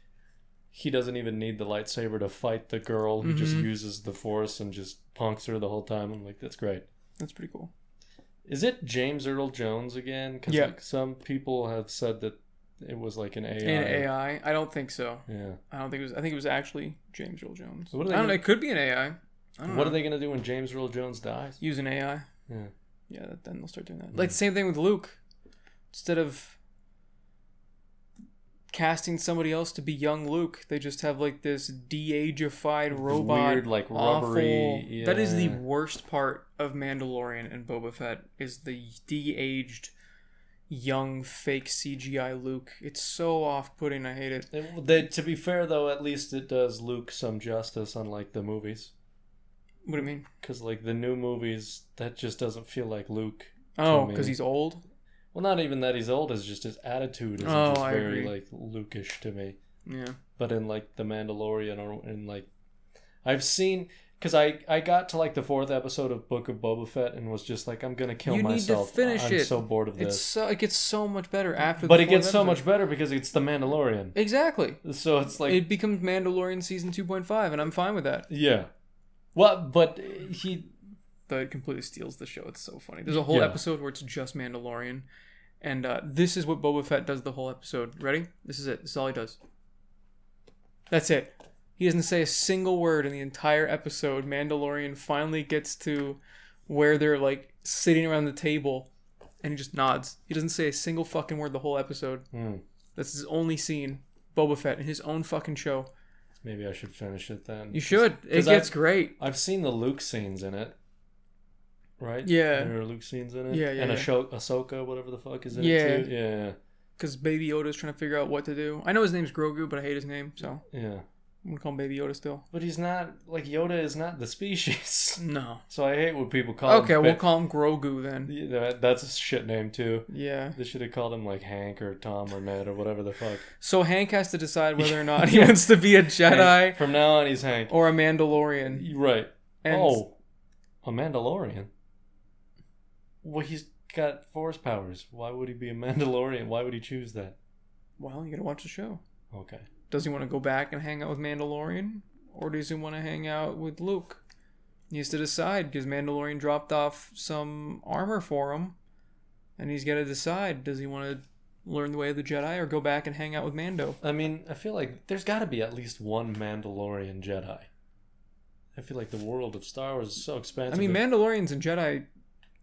he doesn't even need the lightsaber to fight the girl. He just Mhm. uses the Force and just punks her the whole time. I'm like, that's great. That's pretty cool. Is it James Earl Jones again? Because Yeah. like, some people have said that it was like an AI. And AI? I don't think so. Yeah. I don't think it was. I think it was actually James Earl Jones. So what are they I don't know. gonna- It could be an AI. I don't What know. are they gonna do when James Earl Jones dies? use an AI? Yeah. Yeah, that- then they'll start doing that. Like Hmm. the same thing with Luke. Instead of casting somebody else to be young Luke, they just have like this de-ageified robot. Weird, like awful. rubbery. That is the yeah. worst part of Mandalorian and Boba Fett is the de-aged, young fake CGI Luke. It's so off-putting. I hate it. It, they, to be fair, though, at least it does Luke some justice, unlike the movies. What do you mean? Because, like, the new movies, that just doesn't feel like Luke. Oh, me. because he's old. Well, not even that he's old, it's just his attitude is Oh, just I very, agree. like, Lukish to me. Yeah. But in, like, The Mandalorian, or in, like, I've seen. Because I, I got to, like, the fourth episode of Book of Boba Fett and was just like, I'm going to kill You need to myself. finish I'm it. so bored of It's this. so it gets so much better after. But the it gets fourth so episode. much better because it's The Mandalorian. Exactly. So it's like. it becomes Mandalorian season two point five, and I'm fine with that. yeah. Well, but he. Though it completely steals the show. It's so funny. There's a whole Yeah. episode where it's just Mandalorian, and uh, this is what Boba Fett does the whole episode. Ready? This is it. This is all he does. That's it. He doesn't say a single word in the entire episode. Mandalorian finally gets to where they're like sitting around the table, and he just nods. He doesn't say a single fucking word the whole episode. Hmm. That's his only scene. Boba Fett in his own fucking show. Maybe I should finish it then. You should. It 'cause I- gets great. I've seen the Luke scenes in it, right? Yeah. There are Luke scenes in it. Yeah, yeah, And yeah. Asho- Ahsoka, whatever the fuck is in Yeah. it too. Yeah, Because Baby Yoda's trying to figure out what to do. I know his name's Grogu, but I hate his name, so I'm yeah. gonna call him Baby Yoda still. But he's not like Yoda is not the species, No. so I hate what people call. Okay, him. we'll But- call him Grogu then. Yeah, that- that's a shit name too. Yeah. They should have called him like Hank or Tom or Ned or whatever the fuck. So Hank has to decide whether or not he wants to be a Jedi Hank. From now on, he's Hank. or a Mandalorian. Right. And oh, a Mandalorian. Well, he's got force powers. Why would he be a Mandalorian? Why would he choose that? well, you gotta watch the show. Okay. Does he want to go back and hang out with Mandalorian, or does he want to hang out with Luke? He has to decide because Mandalorian dropped off some armor for him, and he's got to decide: does he want to learn the way of the Jedi or go back and hang out with Mando? I mean, I feel like there's got to be at least one Mandalorian Jedi. I feel like the world of Star Wars is so expansive. I mean, that- Mandalorians and Jedi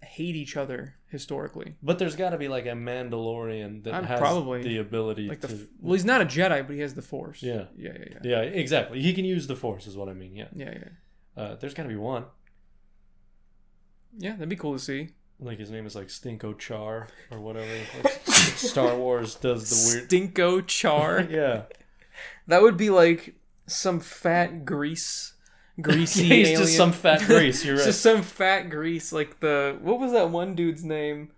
hate each other historically. but there's got to be like a Mandalorian that I'm has probably- the ability Like the to. f- well, he's not a Jedi, but he has the Force. Yeah. yeah, yeah, yeah, yeah, exactly. He can use the Force, is what I mean. Yeah, yeah, yeah. uh, there's got to be one. Yeah, that'd be cool to see. Like his name is like Stinko Char or whatever. Like, Star Wars does the Stinko Char. weird. Yeah, That would be like some fat grease, greasy he's alien. just some fat grease. You're It's right. just some fat grease, like the what was that one dude's name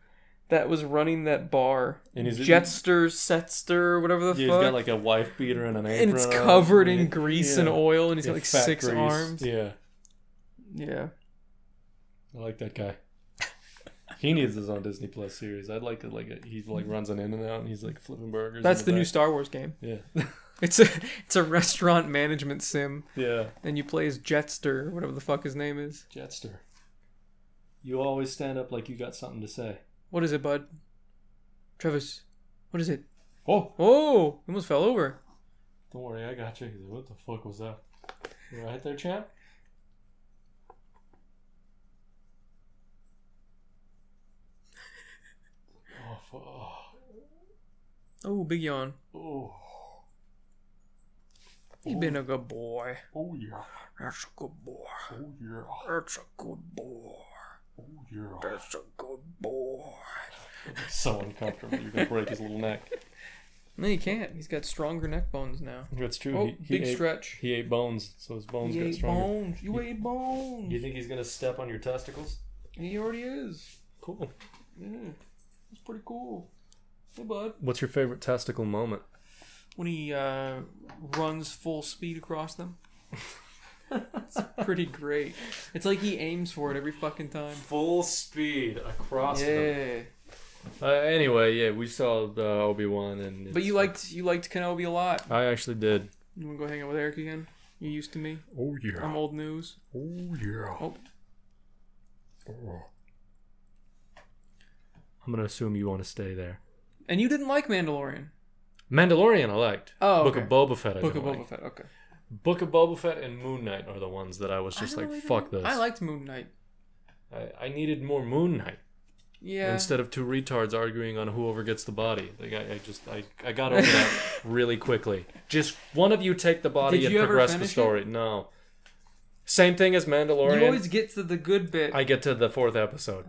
that was running that bar? And he's- Jetster, Setster, whatever yeah, the he's fuck. got like a wife beater and an apron. and it's on. covered Yeah. in grease and Yeah. oil, and he's Yeah, got like fat six grease. arms. Yeah. Yeah, I like that guy. He needs his own Disney Plus series. I'd like it like a, he like runs an in and out and he's like flipping burgers. Mm-hmm. that's in the new back. Star Wars game. Yeah, It's a it's a restaurant management sim, yeah. and you play as Jetster, or whatever the fuck his name is. Jetster, you always stand up like you got something to say. What is it, bud? Travis, what is it? Oh, Oh, I almost fell over. don't worry, I got you. He's like, what the fuck was that? You right there, champ? Oh, fu- oh, Oh, big yawn. oh, You've been a good boy. oh yeah, That's a good boy. oh yeah, That's a good boy. oh yeah. That's a good boy. so uncomfortable. You're gonna break his little neck. No, he can't. He's got stronger neck bones now. That's true. Oh, he, he big ate, stretch. He ate bones, so his bones he got ate stronger. bones. You ate bones. You think he's gonna step on your testicles? He already is. Cool. Yeah, it's pretty cool. Hey, bud. What's your favorite testicle moment? When he uh, runs full speed across them, it's pretty great. It's like he aims for it every fucking time. Full speed across Yeah, Uh, anyway, yeah, we saw the Obi Wan and. but you liked you liked Kenobi a lot. I actually did. You want to go hang out with Eric again? You used to me. Oh yeah. I'm old news. Oh yeah. Oh. Oh. I'm gonna assume you want to stay there. And you didn't like Mandalorian. Mandalorian, I liked. Oh, Book okay. of Boba Fett. I Book of didn't Boba like. Fett. Okay. Book of Boba Fett and Moon Knight are the ones that I was just I like, really fuck didn't- this. I liked Moon Knight. I, I needed more Moon Knight Yeah. instead of two retards arguing on whoever gets the body. Like I, I just I, I got over that really quickly. Just one of you take the body Did and you ever progress the finish it? story. No. Same thing as Mandalorian. you always get to the good bit. I get to the fourth episode.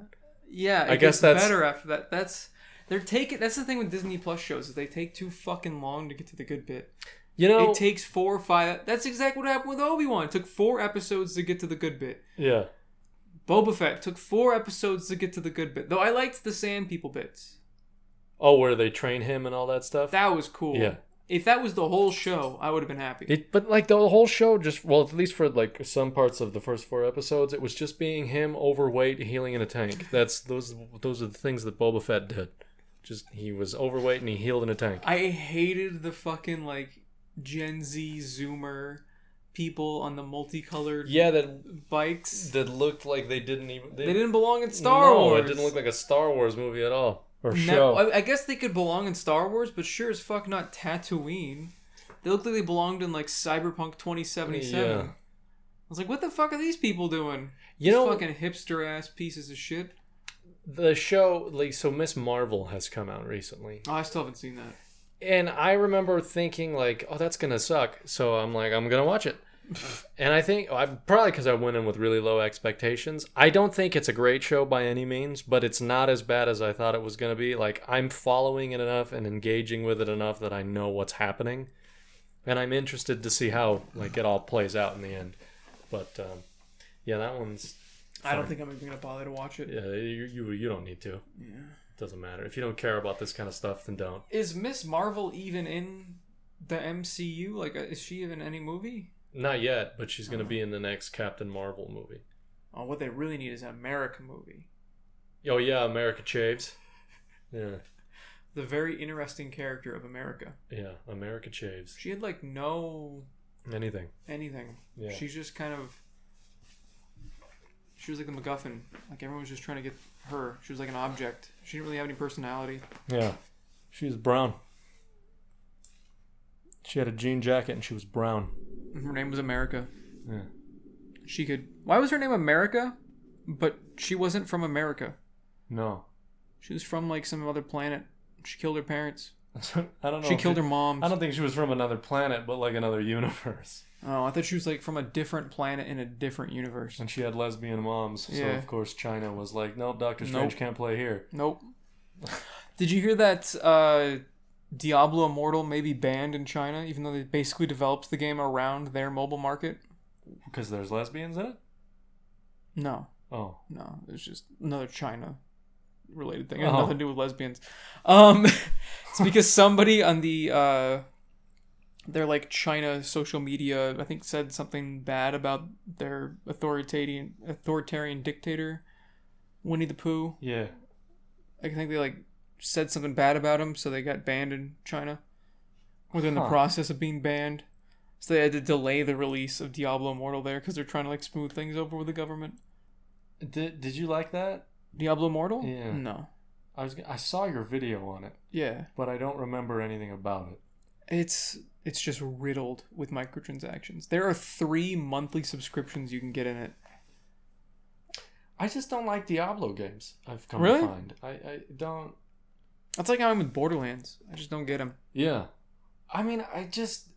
Yeah, it I guess gets that's- better after that. That's they're taking. That's the thing with Disney Plus shows is they take too fucking long to get to the good bit. You know, It takes four or five. That's exactly what happened with Obi Wan. It took four episodes to get to the good bit. yeah. Boba Fett took four episodes to get to the good bit. Though I liked the Sand People bits. Oh, where they train him and all that stuff. That was cool. Yeah. If that was the whole show, I would have been happy. It, but like the whole show, just well, at least for like some parts of the first four episodes, it was just being him overweight, healing in a tank. That's those those are the things that Boba Fett did. Just he was overweight and he healed in a tank. I hated the fucking like Gen Z Zoomer people on the multicolored Yeah, that bikes. that looked like they didn't even They didn't belong in Star no, Wars. It didn't look like a Star Wars movie at all or Ne- show. I, I guess they could belong in Star Wars, but sure as fuck not Tatooine. They looked like they belonged in like Cyberpunk 2077. Yeah. I was like, what the fuck are these people doing? you These know, fucking hipster ass pieces of shit. the show like so Miss Marvel has come out recently. Oh, I still haven't seen that. and I remember thinking like, oh, that's gonna suck. So I'm like, I'm gonna watch it. and I think I probably because I went in with really low expectations. I don't think it's a great show by any means, but it's not as bad as I thought it was gonna be. Like I'm following it enough and engaging with it enough that I know what's happening, and I'm interested to see how like it all plays out in the end. But um, yeah, that one's I don't think I'm even gonna bother to watch it. Is yeah, you, you you don't need to. Yeah, doesn't matter if you don't care about this kind of stuff, then don't. Miss Marvel even in the MCU? Like, uh, is she even in any movie? Not yet, but she's gonna be in the next Captain Marvel movie. Oh, what they really need is an America movie. Oh yeah, America Chaves. Yeah, The very interesting character of America. yeah, America Chaves. She had like no Anything. anything. Yeah. She's just kind of. She was like the MacGuffin. Like everyone was just trying to get her. She was like an object. She didn't really have any personality. yeah, she was brown. She had a jean jacket and she was brown. Her name was America. Yeah. She could. Why was her name America? But she wasn't from America. No, She was from like some other planet. She killed her parents. I don't know. she killed her mom. I don't think Oh, she was from another planet, but like another universe. Oh, I thought she was like from a different planet in a different universe. And she had lesbian moms, so Yeah. of course China was like, nope, Doctor Strange Nope. can't play here. Nope. Did you hear that uh, Diablo Immortal may be banned in China, even though they basically developed the game around their mobile market? Because there's lesbians in it? No, Oh. no, it's just another China related thing. It had Oh. nothing to do with lesbians. Um, it's because somebody on the uh, their like China social media, I think, said something bad about their authoritarian authoritarian dictator, Winnie the Pooh. Yeah. I think they like said something bad about him, so they got banned in China. Or they're in the Huh. process of being banned. So they had to delay the release of Diablo Immortal there because they're trying to like smooth things over with the government. Did, did you like that? Diablo Immortal? Yeah. No. I was g- I saw your video on it, Yeah. but I don't remember anything about it. It's it's just riddled with microtransactions. There are three monthly subscriptions you can get in it. I just don't like Diablo games. I've come Really? to find. I, I don't. That's like how I'm with Borderlands. I just don't get them. Yeah. I mean, I just.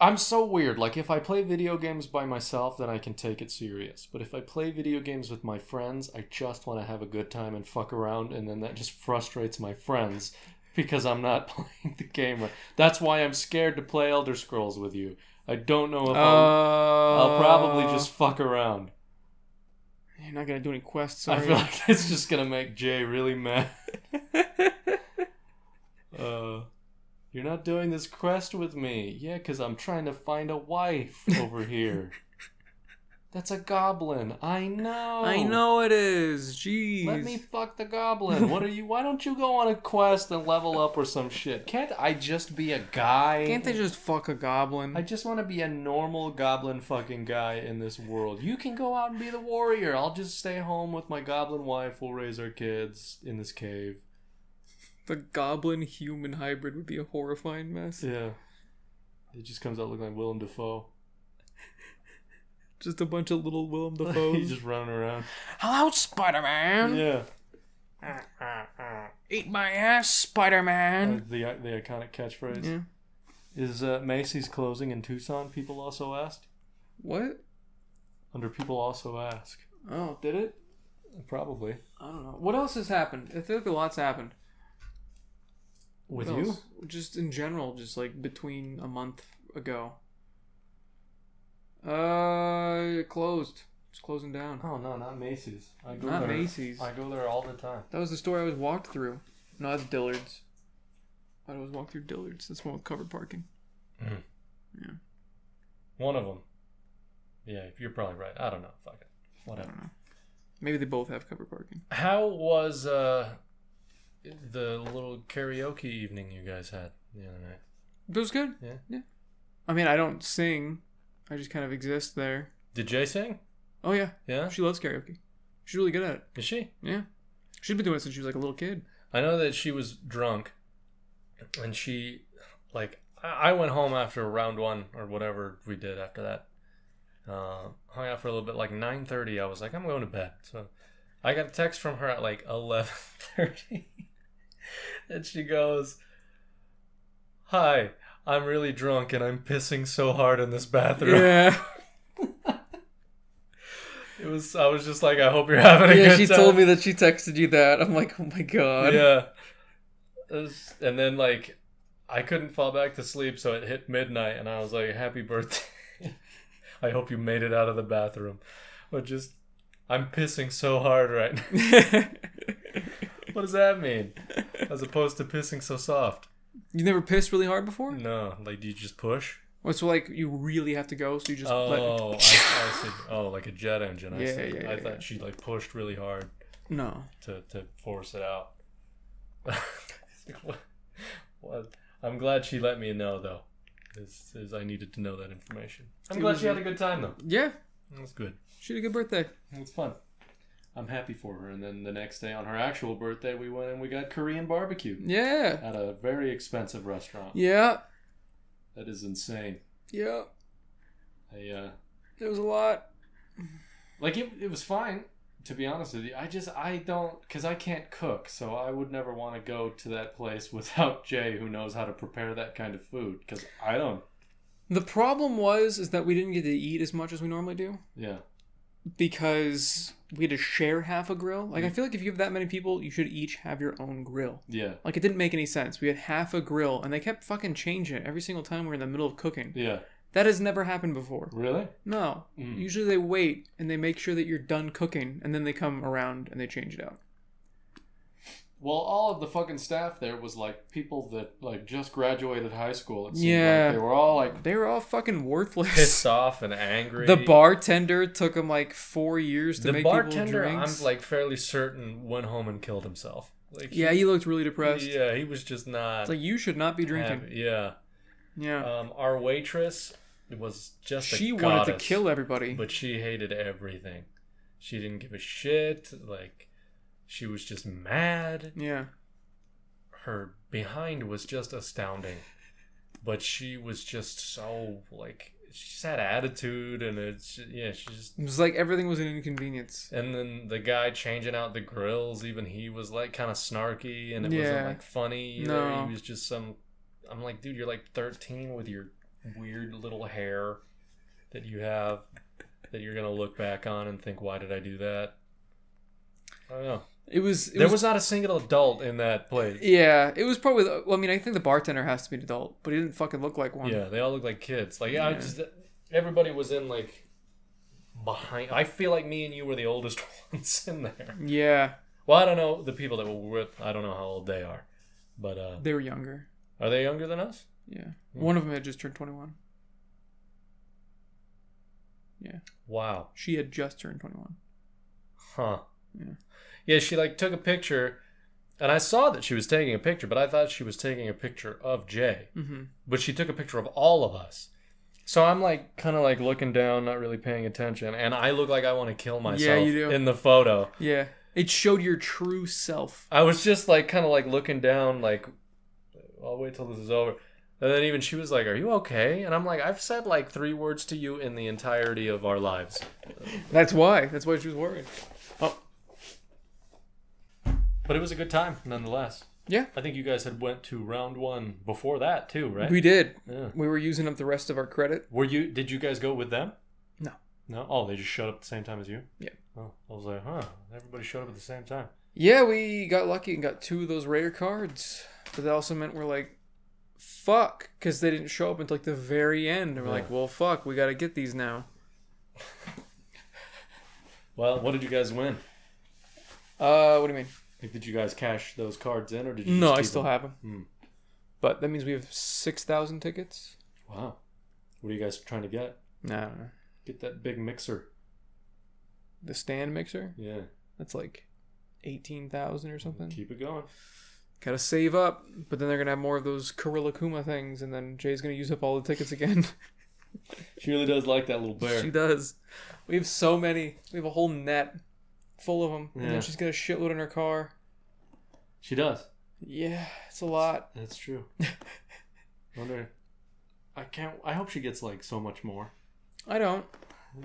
I'm so weird. Like, if I play video games by myself, then I can take it serious. But if I play video games with my friends, I just want to have a good time and fuck around, and then that just frustrates my friends because I'm not playing the game right. That's why I'm scared to play Elder Scrolls with you. I don't know if I'll, I'll probably just fuck around. Uh, You're not gonna do any quests. I are feel like it's just gonna make Jay really mad. you? Uh, you're not doing this quest with me. Yeah, because I'm trying to find a wife over here. That's a goblin. I know. I know it is. Jeez. Let me fuck the goblin. What are you? Why don't you go on a quest and level up or some shit? Can't I just be a guy? Can't they just fuck a goblin? I just want to be a normal goblin fucking guy in this world. You can go out and be the warrior. I'll just stay home with my goblin wife. We'll raise our kids in this cave. The goblin human hybrid would be a horrifying mess. Yeah. It just comes out looking like Willem Dafoe. Just a bunch of little Willem He's Dafoes. just running around. Hello, Spider Man. Yeah. Eat my ass, Spider Uh, Man. the the iconic catchphrase. Yeah. Is uh, Macy's closing in Tucson? People also asked. What? Under people also ask. Oh, did it? Probably. I don't know. What else has happened? I feel like a lot's happened. With What you? else? Just in general, just like between a month ago. Uh, it closed. It's closing down. Oh no, not Macy's. I go Not there. Macy's. I go there all the time. That was the store I was walked through. No, that's Dillard's. I always walked through Dillard's. That's one with covered parking. One of them. Yeah, you're probably right. I don't know. Fuck it. Whatever. Maybe they both have covered parking. How was uh, the little karaoke evening you guys had the other night? It was good. Yeah. Yeah. I mean, I don't sing. I just kind of exist there. Did Jay sing? Oh yeah, Yeah. she loves karaoke. She's really good at it. Is she? Yeah. She's been doing it since she was like a little kid. I know that she was drunk, and she, like, I I went home after round one or whatever we did after that. Uh, hung out for a little bit, like nine thirty. I was like, I'm going to bed. So, I got a text from her at like eleven thirty, and she goes, "Hi, I'm really drunk and I'm pissing so hard in this bathroom." Yeah. It was. I was just like, I hope you're having a good time. me that she texted you that. I'm like, oh my god. yeah. It was- and then like I couldn't fall back to sleep, so it hit midnight, and I was like, "Happy birthday! I hope you made it out of the bathroom." But just, I'm pissing so hard right now. what does that mean? As opposed to pissing so soft. you never pissed really hard before? No, like do you just push? Well, so like you really have to go, so you just Oh, I, I see. Oh, like a jet engine. I Yeah, see. yeah, I yeah. thought she like pushed really hard. let No. to, to force it out. what, what? I'm glad she let me know though. Is, is I needed to know that information. I'm It glad was she had a- a good time though. Yeah. That's good. She had a good birthday. It's fun. I'm happy for her. And then the next day on her actual birthday, we went and we got Korean barbecue Yeah. at a very expensive restaurant. Yeah. That is insane. Yeah. I uh, It was a lot. like it, it was fine to be honest with you i just i don't because i can't cook so i would never want to go to that place without jay who knows how to prepare that kind of food because i don't The problem was is that we didn't get to eat as much as we normally do yeah because we had to share half a grill. Like I Mm. feel like if you have that many people, you should each have your own grill. yeah Like it didn't make any sense. We had half a grill and they kept fucking changing it every single time we were in the middle of cooking. yeah That has never happened before. really No. Mm. Usually they wait and they make sure that you're done cooking and then they come around and they change it out. well all of the fucking staff there was like people that like just graduated high school it seemed Yeah. like. they were all like They were all fucking worthless. off and angry The bartender took him like four years to the make people bartender i'm drinks. like fairly certain went home and killed himself like yeah, he looked really depressed. yeah he was just not It's like you should not be drinking. happy. yeah Yeah, Um, our waitress was just a she wanted to goddess, kill everybody. but she hated everything. She didn't give a shit. Like she was just mad. yeah, Her behind was just astounding, but she was just so like she just had attitude and it's yeah she just. it was like everything was an inconvenience. And then the guy changing out the grills, even he was like kind of snarky, and it wasn't Yeah. like funny. Either. No. He was just some. I'm like, dude, you're like 13 with your weird little hair that you have that you're gonna look back on and think, why did I do that? I don't know. It was. It there was not a single adult in that place. Yeah, it was probably. the- Well, I mean, I think the bartender has to be an adult, but he didn't fucking look like one. Yeah, they all looked like kids. Like I Yeah. just uh, everybody was in like behind. I feel like me and you were the oldest ones in there. Yeah, Well, I don't know the people that were with. I don't know how old they are, but uh, they were younger. are they younger than us? Yeah, one of them had just turned twenty-one. Wow. She had just turned twenty-one. Huh. Yeah. Yeah, she like took a picture, and I saw that she was taking a picture, but I thought she was taking a picture of Jay. Mm-hmm. But she took a picture of all of us. So I'm like kind of like looking down, not really paying attention, and I look like I want to kill myself you do. in the photo. Yeah, it showed your true self. I was just like kind of like looking down, like I'll wait till this is over. And then even she was like, "Are you okay?" And I'm like, "I've said like three words to you in the entirety of our lives." That's why. That's why she was worried. But it was a good time nonetheless. Yeah. I think you guys had went to round one before that too, right? We did. yeah. We were using up the rest of our credit. Were you? Did you guys go with them? No. No. Oh, they just showed up at the same time as you. Yeah. Oh, I was like, huh? Everybody showed up at the same time. Yeah, we got lucky and got two of those rare cards, but that also meant we're like, fuck, because they didn't show up until like the very end. And we're like, Yeah. well, fuck, we got to get these now. Well, what did you guys win? Uh, what do you mean? Like, did you guys cash those cards in, or did you? No, just I keep still them? have them, Hmm. but that means we have six thousand tickets. Wow. What are you guys trying to get? No, no, no. Get that big mixer. the stand mixer Yeah. that's like eighteen thousand or something. Keep it going. Gotta save up, but then they're gonna have more of those Gorilla Kuma things, and then Jay's gonna use up all the tickets again. She really does like that little She does. We have so many. We have a whole net full of them, and Yeah. then she's got a shitload in her car. She does. Yeah, it's a lot. That's true. Wonder. I can't. I hope she gets like so much more. I don't.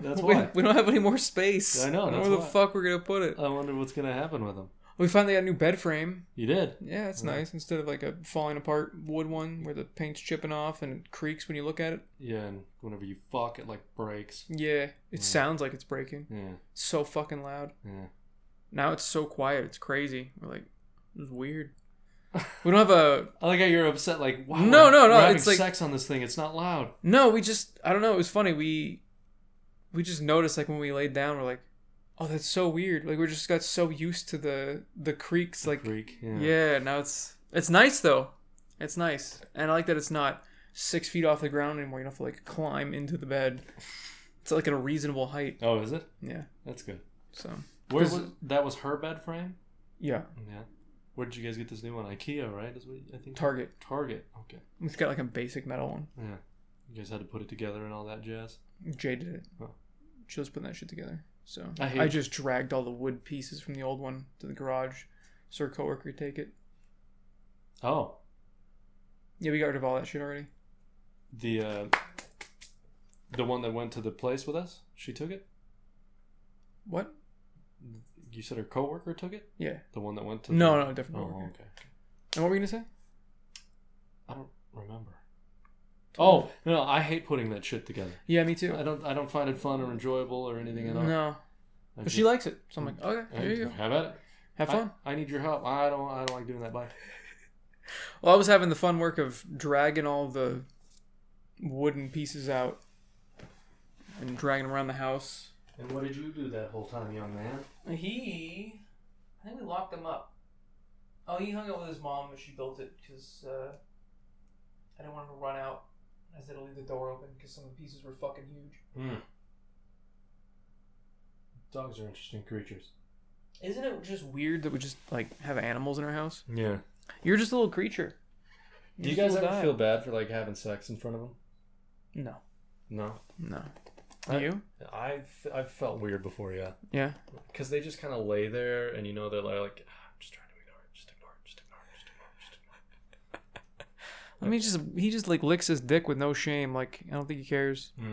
That's we, why. we don't have any more space. I know, I don't that's know where why. the fuck we're gonna put it. I wonder what's gonna happen with them. We finally got a new bed frame. You did. Yeah, it's Yeah. nice instead of like a falling apart wood one where the paint's chipping off and it creaks when you look at it. Yeah, and whenever you fuck, it like breaks. Yeah, it Mm. sounds like it's breaking. Yeah, It's so fucking loud. yeah. Now it's so quiet. It's crazy. We're like, this is weird. We don't have a I like how you're upset. Like, wow, No, we're- no, no, we're having it's like- sex on this thing. It's not loud. No, we just I don't know, it was funny. We we just noticed like when we laid down, we're like, Oh, that's so weird. Like we just got so used to the the creaks, like Creak. Yeah. Yeah, now it's it's nice though. It's nice. And I like that it's not six feet off the ground anymore. You don't have to like climb into the bed. It's like at a reasonable height. Oh, is it? Yeah. That's good. So Where This was that? Was her bed frame? yeah. Yeah. Where did you guys get this new one? IKEA, right? Is what I think. Target. Target. Okay. We've got like a basic metal one. Yeah. You guys had to put it together and all that jazz. Jay did it. Oh. She was putting that shit together. So I hate- I just dragged all the wood pieces from the old one to the garage so her coworker could take it. Oh, Yeah, we got rid of all that shit already. the uh, the one that went to the place with us. She took it. What? You said her coworker took it. Yeah. The one that went to. No, the... no, different. Oh, coworker. okay. And what were you gonna say? I don't remember. Oh no, I hate putting that shit together. Yeah, me too. I don't. I don't find it fun or enjoyable or anything at all. No, I but just- she likes it, so I'm like, okay, I- here you go. Have at it. Have fun. I, I need your help. I don't. I don't like doing that. Bye. Well, I was having the fun work of dragging all the wooden pieces out and dragging them around the house. And what did you do that whole time, young man? He, I think we locked him up. Oh, he hung out with his mom when she built it because uh, I didn't want him to run out. I said to leave the door open because some of the pieces were fucking huge. Hmm. Dogs are interesting creatures. Isn't it just weird that we just like have animals in our house? Yeah. You're just a little creature. Do you You're guys just a little ever guy. feel bad for like having sex in front of them? No, No. no. I- you? I've I've felt weird before, yeah. Yeah. Because they just kind of lay there, and you know they're like, like "Ah, I'm just trying to ignore it, just ignore it, just ignore it, just ignore it, just I ignore mean, just he just like licks his dick with no shame. Like I don't think he cares. it.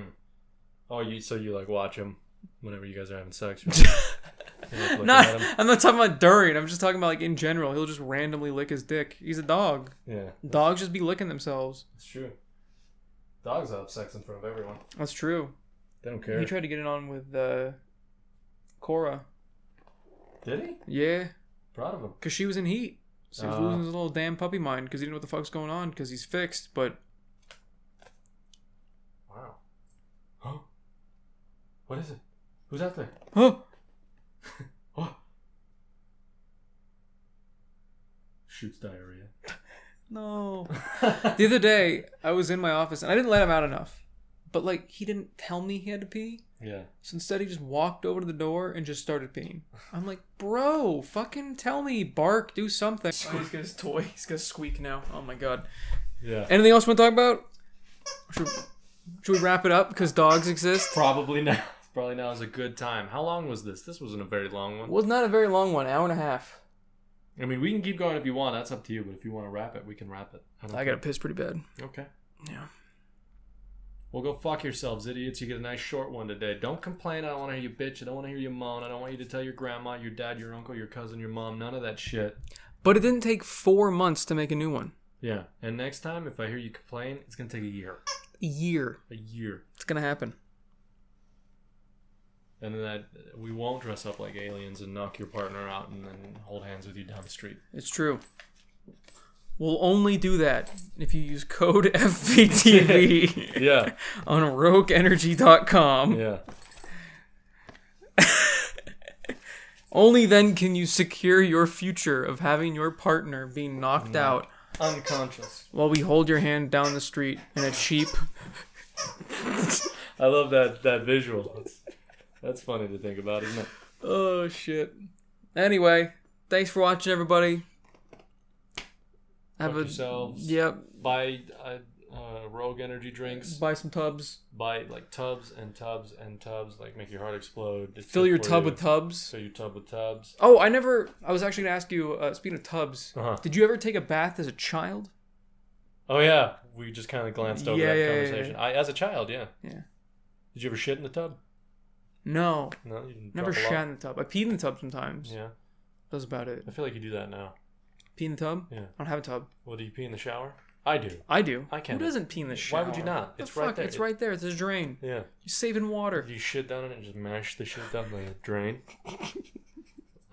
Oh, you so you like watch them whenever you guys are having sex. You're like, looking Not, at 'em. I'm not talking about during. I'm just talking about like in general. He'll just randomly lick his dick. He's a dog. Yeah, Dogs just be licking themselves. it's true. Dogs have sex in front of everyone. That's true. They don't care. He tried to get it on with uh, Cora. Did he? Yeah, Proud of him. because she was in heat. So he was Ah. losing his little damn puppy mind because he didn't know what the fuck's going on because he's fixed. But Wow. Huh? What is it? Who's out there? oh, What? Shoots diarrhea. no. the other day, I was in my office and I didn't let him out enough. But like, he didn't tell me he had to pee. yeah. So instead, he just walked over to the door and just started peeing. I'm like, bro, fucking tell me, bark, do something. Oh, he's got his toy. He's gonna squeak now. Oh my god. Yeah. Anything else we want to talk about? Should, should we wrap it up because dogs exist? Probably now. Probably now is a good time. How long was this? This wasn't a very long one. Was not a very long one, hour and a half. I mean, we can keep going if you want. That's up to you. But if you want to wrap it, we can wrap it. don't I gotta piss pretty bad. care. Okay. Yeah. Well, go fuck yourselves, idiots. You get a nice short one today. Don't complain. I don't want to hear you bitch. I don't want to hear you moan. I don't want you to tell your grandma, your dad, your uncle, your cousin, your mom. None of that shit. But it didn't take four months to make a new one. Yeah. And next time, if I hear you complain, it's gonna take a year. A year. A year. It's gonna happen. And then that we won't dress up like aliens and knock your partner out and then hold hands with you down the street. It's true. We'll only do that if you use code FVTV Yeah. on rogueenergy.com. Yeah. Only then can you secure your future of having your partner be knocked out Unconscious. while we hold your hand down the street in a cheap. I love that that visual. That's, that's funny to think about, isn't it? Oh, shit. Anyway, thanks for watching, everybody. Have Fuck a. yourselves. Yep. Buy uh, uh, Rogue energy drinks. Buy some tubs. Buy like tubs and tubs and tubs. Like make your heart explode. It's Fill good your for tub you. with tubs. Fill your tub with tubs. Oh, I never. I was actually gonna ask you. Uh, speaking of tubs, Uh-huh. did you ever take a bath as a child? Oh yeah, we just kind of glanced over Yeah, that yeah, yeah, conversation. I, as a child, yeah. Yeah. Did you ever shit in the tub? No, No, you didn't never drop a lot? shat in the tub. I peed in the tub sometimes. Yeah, That's about it. I feel like you do that now. Pee in the tub? Yeah. I don't have a tub. Well, do you pee in the shower? I do. I do. I can. Who doesn't pee in the shower? Why would you not? The It's right fuck? there. It's right there. It's a drain. Yeah. You're saving water. You shit down in it and just mash the shit down the drain.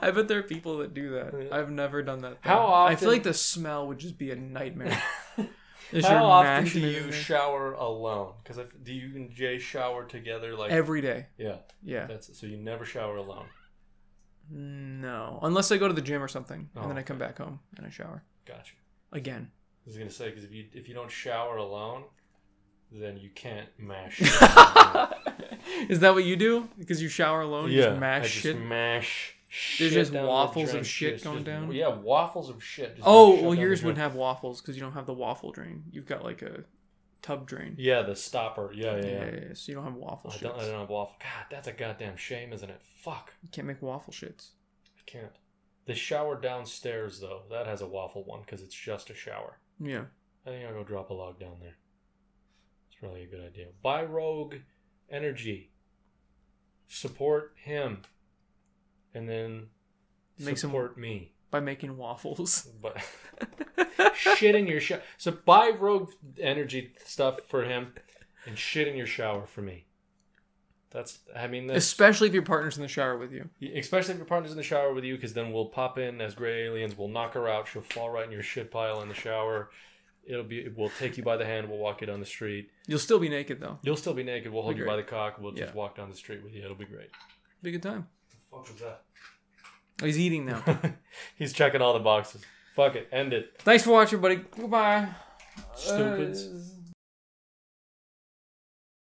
I bet there are people that do that. Yeah. I've never done that. though. How I feel often- like the smell would just be a nightmare. Is How your often do mashing you in there? shower alone? Because do you and Jay shower together? Like Every day. yeah, Yeah. that's so you never shower alone. No. Unless I go to the gym or something, Oh, and then I come back home and I shower Gotcha. again. I was gonna say because if you if you don't shower alone, then you can't mash. shit down the Is that what you do? Because you shower alone, drain. you just mash I just shit. Mash. There's Shit just down the waffles of drain. shit Just- going just- down? Yeah, waffles of shit. just oh, shut well, down the yours drain. wouldn't have waffles because you don't have the waffle drain. You've got like a tub drain. Yeah, the stopper. Yeah, yeah. Yeah, yeah. Oh, yeah, yeah, so you don't have waffle I shits. don't, I don't have waffle. God, that's a goddamn shame, isn't it? Fuck. You can't make waffle shits. I can't. The shower downstairs, though, that has a waffle one because it's just a shower. Yeah. I think I'll go drop a log down there. It's probably a good idea. Buy Rogue Energy. Support him. And then Make some- support me. By making waffles. But shit in your shower. So buy Rogue Energy stuff for him and shit in your shower for me. That's, I mean, that's. Especially if your partner's in the shower with you. Especially if your partner's in the shower with you, because then we'll pop in as gray aliens. We'll knock her out. She'll fall right in your shit pile in the shower. It'll be. We'll take you by the hand. We'll walk you down the street. You'll still be naked though. You'll still be naked. We'll hold Be you by the cock. We'll just Yeah. walk down the street with you. It'll be great. Be a good time. What the fuck was Oh, he's eating now. that? He's checking all the boxes. Fuck it. End it. Thanks for watching, buddy. Goodbye. Stupids. Uh,